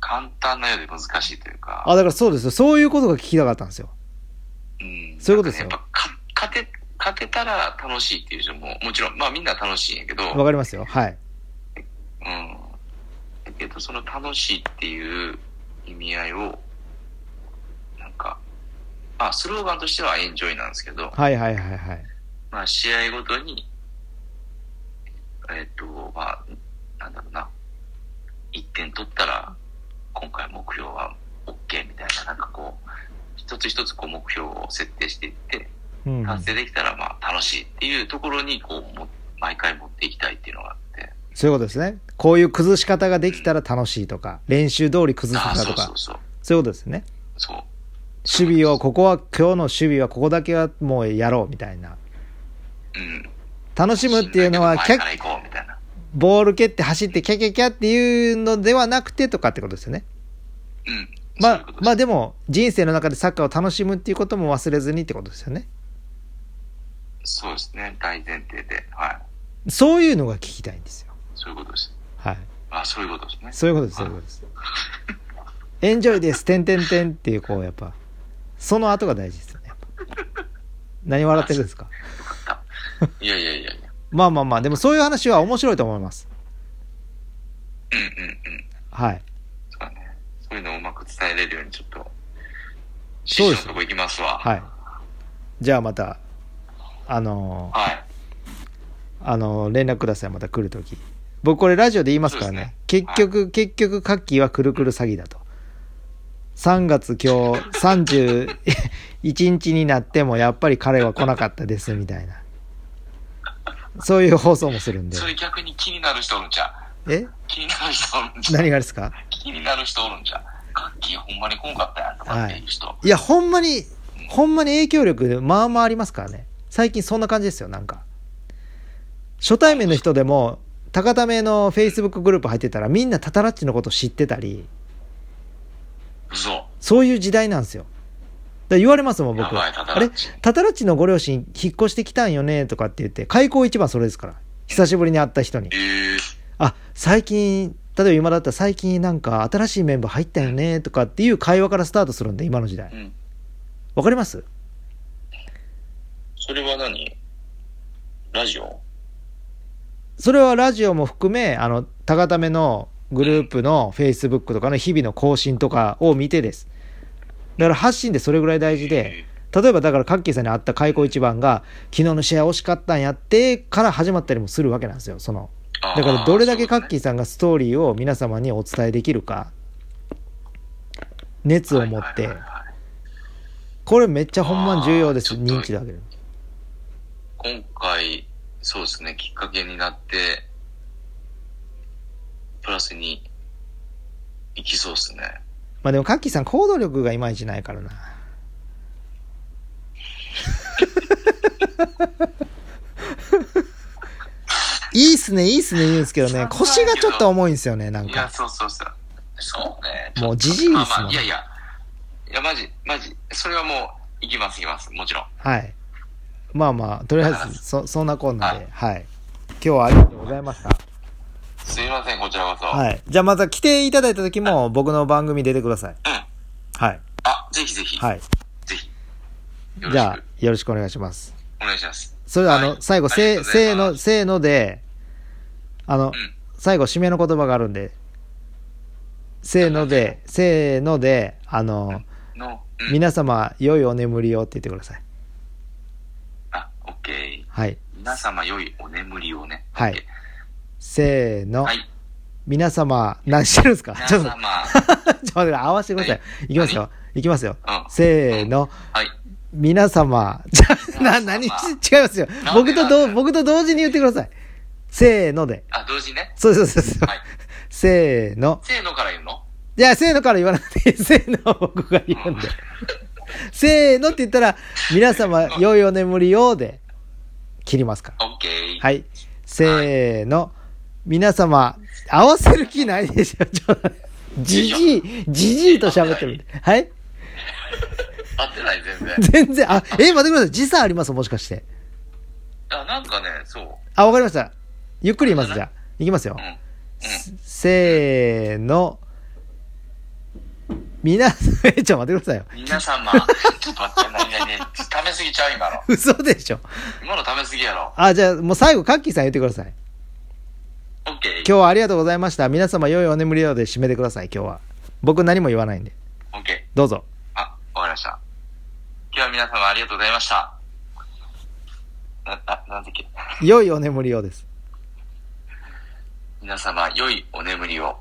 Speaker 2: 簡単なようで難しいというか。
Speaker 1: あ、だからそうですよ。そういうことが聞きたかったんですよ。
Speaker 2: うん
Speaker 1: そういうことですよ
Speaker 2: なんかねやっぱか勝て、勝てたら楽しいっていう人も、もちろん、まあみんな楽しいんやけど、
Speaker 1: わかりますよ。はい。
Speaker 2: うん。だけど、その楽しいっていう意味合いを、なんか、まあ、スローガンとしてはエンジョイなんですけど、
Speaker 1: はいはいはいはい。
Speaker 2: まあ、試合ごとに、えっと、まあ、なんだろうな、1点取ったら、今回目標は OK みたいな、なんかこう、一つ一つこう目標を設定していって、
Speaker 1: うん。
Speaker 2: 達成できたらまあ楽しいっていうところにこうも毎回持っていきたいっていうのがあって
Speaker 1: そういうことですね。こういう崩し方ができたら楽しいとか、練習通り崩
Speaker 2: あ
Speaker 1: す
Speaker 2: あ、
Speaker 1: んだと
Speaker 2: そうそう
Speaker 1: か、
Speaker 2: そう。
Speaker 1: そういうことですね。
Speaker 2: そう。
Speaker 1: 守備を、ここは、今日の守備はここだけはもうやろうみたいな。
Speaker 2: うん。
Speaker 1: 楽しむっていうのは、キ
Speaker 2: 前
Speaker 1: ャ
Speaker 2: から行こうみたいな。
Speaker 1: ボール蹴って走ってキャキャキャっていうのではなくてとかってことですよね。
Speaker 2: うん。
Speaker 1: ま
Speaker 2: そういう
Speaker 1: あ
Speaker 2: こ、と
Speaker 1: まあでも、人生の中でサッカーを楽しむっていうことも忘れずにってことですよね。
Speaker 2: そうですね。大前提で。はい。
Speaker 1: そういうのが聞きたいんですよ。
Speaker 2: そういうことです。
Speaker 1: はい。
Speaker 2: あ、そういうことですね。
Speaker 1: そういうことです、そういうことです。エンジョイです、てんてんてんっていう、こう、やっぱ、その後が大事ですよね。やっぱ何笑ってるんですか
Speaker 2: いやいやいやいや。
Speaker 1: まあまあまあ、でもそういう話は面白いと思います。
Speaker 2: うんうんうん。
Speaker 1: はい。
Speaker 2: そうだね。そういうのをうまく伝えれるようにちょっと、師
Speaker 1: そうで
Speaker 2: 匠の
Speaker 1: す
Speaker 2: とこ行きますわ。
Speaker 1: はい。じゃあまた、あのー
Speaker 2: はい。
Speaker 1: あのー連絡ください、また来るとき。僕これラジオで言いますからね。
Speaker 2: そうですね
Speaker 1: 結局、結局、カッキーはくるくる詐欺だと。3月今日31日になってもやっぱり彼は来なかったですみたいな。そういう放送もするんで
Speaker 2: そ。れ逆に気になる人おるんちゃう
Speaker 1: え
Speaker 2: 気になる人おるんちゃう
Speaker 1: 何がですか
Speaker 2: 気になる人おるんちゃうガッキーほんまに来んかったやんとかっていう人。
Speaker 1: いや、ほんまに、ほんまに影響力、まあまあありますからね。最近そんな感じですよ、なんか。初対面の人でも、高田めの Facebook グループ入ってたら、みんなタタラッチのこと知ってたり、
Speaker 2: 嘘。
Speaker 1: そういう時代なんですよ。だから言われますもん、僕。
Speaker 2: やばいタタ
Speaker 1: あ
Speaker 2: ラ
Speaker 1: れ
Speaker 2: ッチ
Speaker 1: タタラッチのご両親引っ越してきたんよね、とかって言って、開口一番それですから。久しぶりに会った人に。
Speaker 2: ええ
Speaker 1: あ、最近、例えば今だったら最近なんか新しいメンバー入ったよね、とかっていう会話からスタートするんで、今の時代
Speaker 2: う。ん。
Speaker 1: わかります
Speaker 2: それは何ラジオ
Speaker 1: それはラジオも含め、あの、高ためのグループの Facebook とかの日々の更新とかを見てです。だから発信でそれぐらい大事で、例えばだからカッキーさんに会った開口一番が、昨日の試合惜しかったんやってから始まったりもするわけなんですよ。その、
Speaker 2: あー
Speaker 1: だからどれだけカッキ
Speaker 2: そう
Speaker 1: ーさんがストーリーを皆様にお伝えできるか、熱を持っ
Speaker 2: はい
Speaker 1: て
Speaker 2: はいは、いはい
Speaker 1: これめっちゃほんま重要です。
Speaker 2: あーちょっ
Speaker 1: 認
Speaker 2: と
Speaker 1: 知だけで。
Speaker 2: 今回、そうですね、きっかけになって、プラスに行きそうですね。
Speaker 1: まあでもカッキーさん行動力がいまいちないから な。いいっすね、いいっすね言うんですけどね、腰がちょっと重いんですよね、なん
Speaker 2: いや、
Speaker 1: か。
Speaker 2: そうそうそう。そうね。
Speaker 1: もうじじいですもん
Speaker 2: まあまあいやいや、いや、マジ、マジ、それはもう、行きます、行きます、もちろん。
Speaker 1: はい。まあまあ、とりあえず、そ、そんなこんなで、はい。今日はありがとうございました。
Speaker 2: すいません、こちらこそ。
Speaker 1: はい。じゃあまた来ていただいた時も、僕の番組出てください。
Speaker 2: うん。
Speaker 1: はい。
Speaker 2: あ、ぜひぜひ。
Speaker 1: はい。
Speaker 2: ぜひ。よろ
Speaker 1: じ
Speaker 2: し
Speaker 1: ゃあ
Speaker 2: く、
Speaker 1: よろしくお願いします。
Speaker 2: お願いします。
Speaker 1: それでは、あ
Speaker 2: はい
Speaker 1: の、最後、せ
Speaker 2: あり
Speaker 1: ー、
Speaker 2: がとうござ
Speaker 1: せー
Speaker 2: いま
Speaker 1: の、せーので、あの
Speaker 2: う、ん。
Speaker 1: 最後締めの言葉があるんでせーのでせーのであの
Speaker 2: の、うん、
Speaker 1: 皆様良いお眠りをって言ってください
Speaker 2: あ、オッケー。
Speaker 1: はい
Speaker 2: 皆様、良いお眠りをね。
Speaker 1: はい
Speaker 2: オッケ
Speaker 1: せー
Speaker 2: ー
Speaker 1: の、
Speaker 2: はい。
Speaker 1: 皆様何してるんですか
Speaker 2: 皆
Speaker 1: ちょっと ちょ
Speaker 2: 様
Speaker 1: っ、と待って合わせてください、い、きますよいきますよ
Speaker 2: うん。
Speaker 1: せーの、
Speaker 2: はい。
Speaker 1: 皆様、じゃ、な、
Speaker 2: 皆様
Speaker 1: 何し、違いますよ
Speaker 2: な。んで
Speaker 1: 僕と
Speaker 2: なん
Speaker 1: ど
Speaker 2: で
Speaker 1: う、僕と同時に言ってください。せーので。
Speaker 2: あ、同時にね。
Speaker 1: そうそうそうそう。
Speaker 2: はい。
Speaker 1: せーの。
Speaker 2: せーのから言うの
Speaker 1: じゃあ、せーのから言わなくていい、 せーのを僕が言うんで。せーのって言ったら、皆様、良いお眠りをで、切りますから。
Speaker 2: オッケー。。
Speaker 1: はいい。せーの。皆様、合わせる気ないでしょ、ちょっと。じじい、じじいと喋ってる。はい
Speaker 2: 合ってない、全然。
Speaker 1: 全然、あ、え、待ってください。時差ありますもしかして。
Speaker 2: あ、なんかね、そう。
Speaker 1: あ、わかりました。ゆっくり言います、じゃあ。いきますよ
Speaker 2: うん。。うん。
Speaker 1: せーの。皆さん、え、ちょ、待ってくださいよ。
Speaker 2: 皆様、ちょっと待って、何々、食べ過ぎちゃう、今の。
Speaker 1: 嘘でしょ。
Speaker 2: 今の食べ過ぎやろ。
Speaker 1: あ、じゃあ、もう最後、カッキーさん言ってください。
Speaker 2: オッケー。
Speaker 1: 今日はありがとうございました。皆様、良いお眠りをで締めてください、今日は。僕何も言わないんで。
Speaker 2: オッケー。
Speaker 1: どうぞ。
Speaker 2: あ、わかりました。今日は皆様ありがとうございました。な、な、なんだっけ。
Speaker 1: 良いお眠りをです。
Speaker 2: 皆様、良いお眠りを。